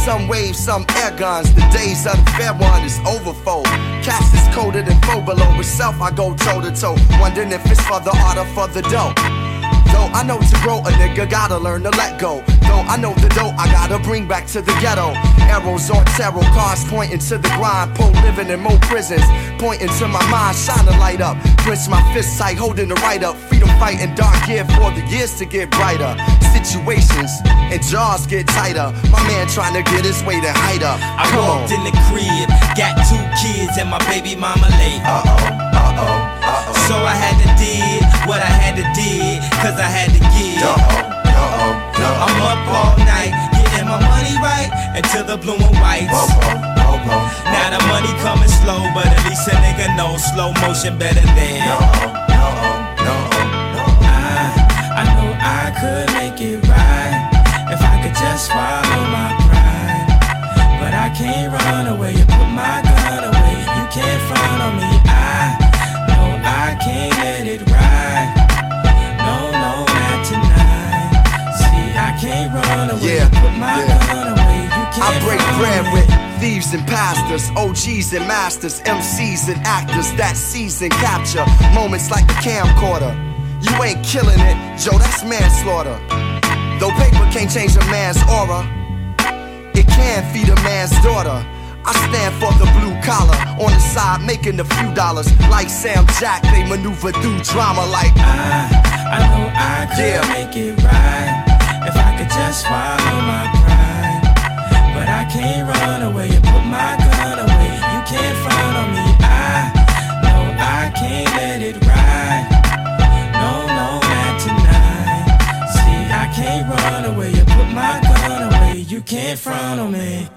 O: Some waves, some air guns. The days of the fair one is overfold. Cast is colder than foe below. With self, I go toe to toe. Wondering if it's for the art or for the dough. Though I know to grow a nigga gotta learn to let go. Though I know the dough I gotta bring back to the ghetto. Arrows on tarot cards pointing to the grind. Poor living in more prisons. Pointing to my mind, shine a light up. Twist my fist tight, holding the right up. Freedom fighting dark gear for the years to get brighter. Situations and jaws get tighter. My man trying to get his weight and height up.
D: I
O: Come on.
D: walked in the crib, got two kids and my baby mama late. Uh oh, uh oh, uh oh. So I had to did what I had to did, cause I had to give. Uh oh, uh oh, I'm up all night, getting my money right until the blue and whites. Now the money coming slow, but at least a nigga knows slow motion better than.
N: I know I could make it right if I could just swallow my pride. But I can't run away. You put my gun away. You can't front on me. I know I can't let it ride. No, no, not tonight. See, I can't run away.
O: Yeah,
N: You put my gun away. You
O: I
N: can't
O: break
N: run
O: bread
N: away.
O: with thieves and pastors, OGs and masters, MCs and actors that season capture moments like the camcorder. You ain't killing it, Joe, that's manslaughter. Though paper can't change a man's aura, it can feed a man's daughter. I stand for the blue collar, on the side making a few dollars. Like Sam Jack, they maneuver through drama like
N: I know I could
O: Yeah.
N: make it right if I could just swallow my pride. But I can't run away and put my gun away. You can't front on me. I know I can't let it ride. No, no, not tonight. See, I can't run away and put my gun away. You can't front on me.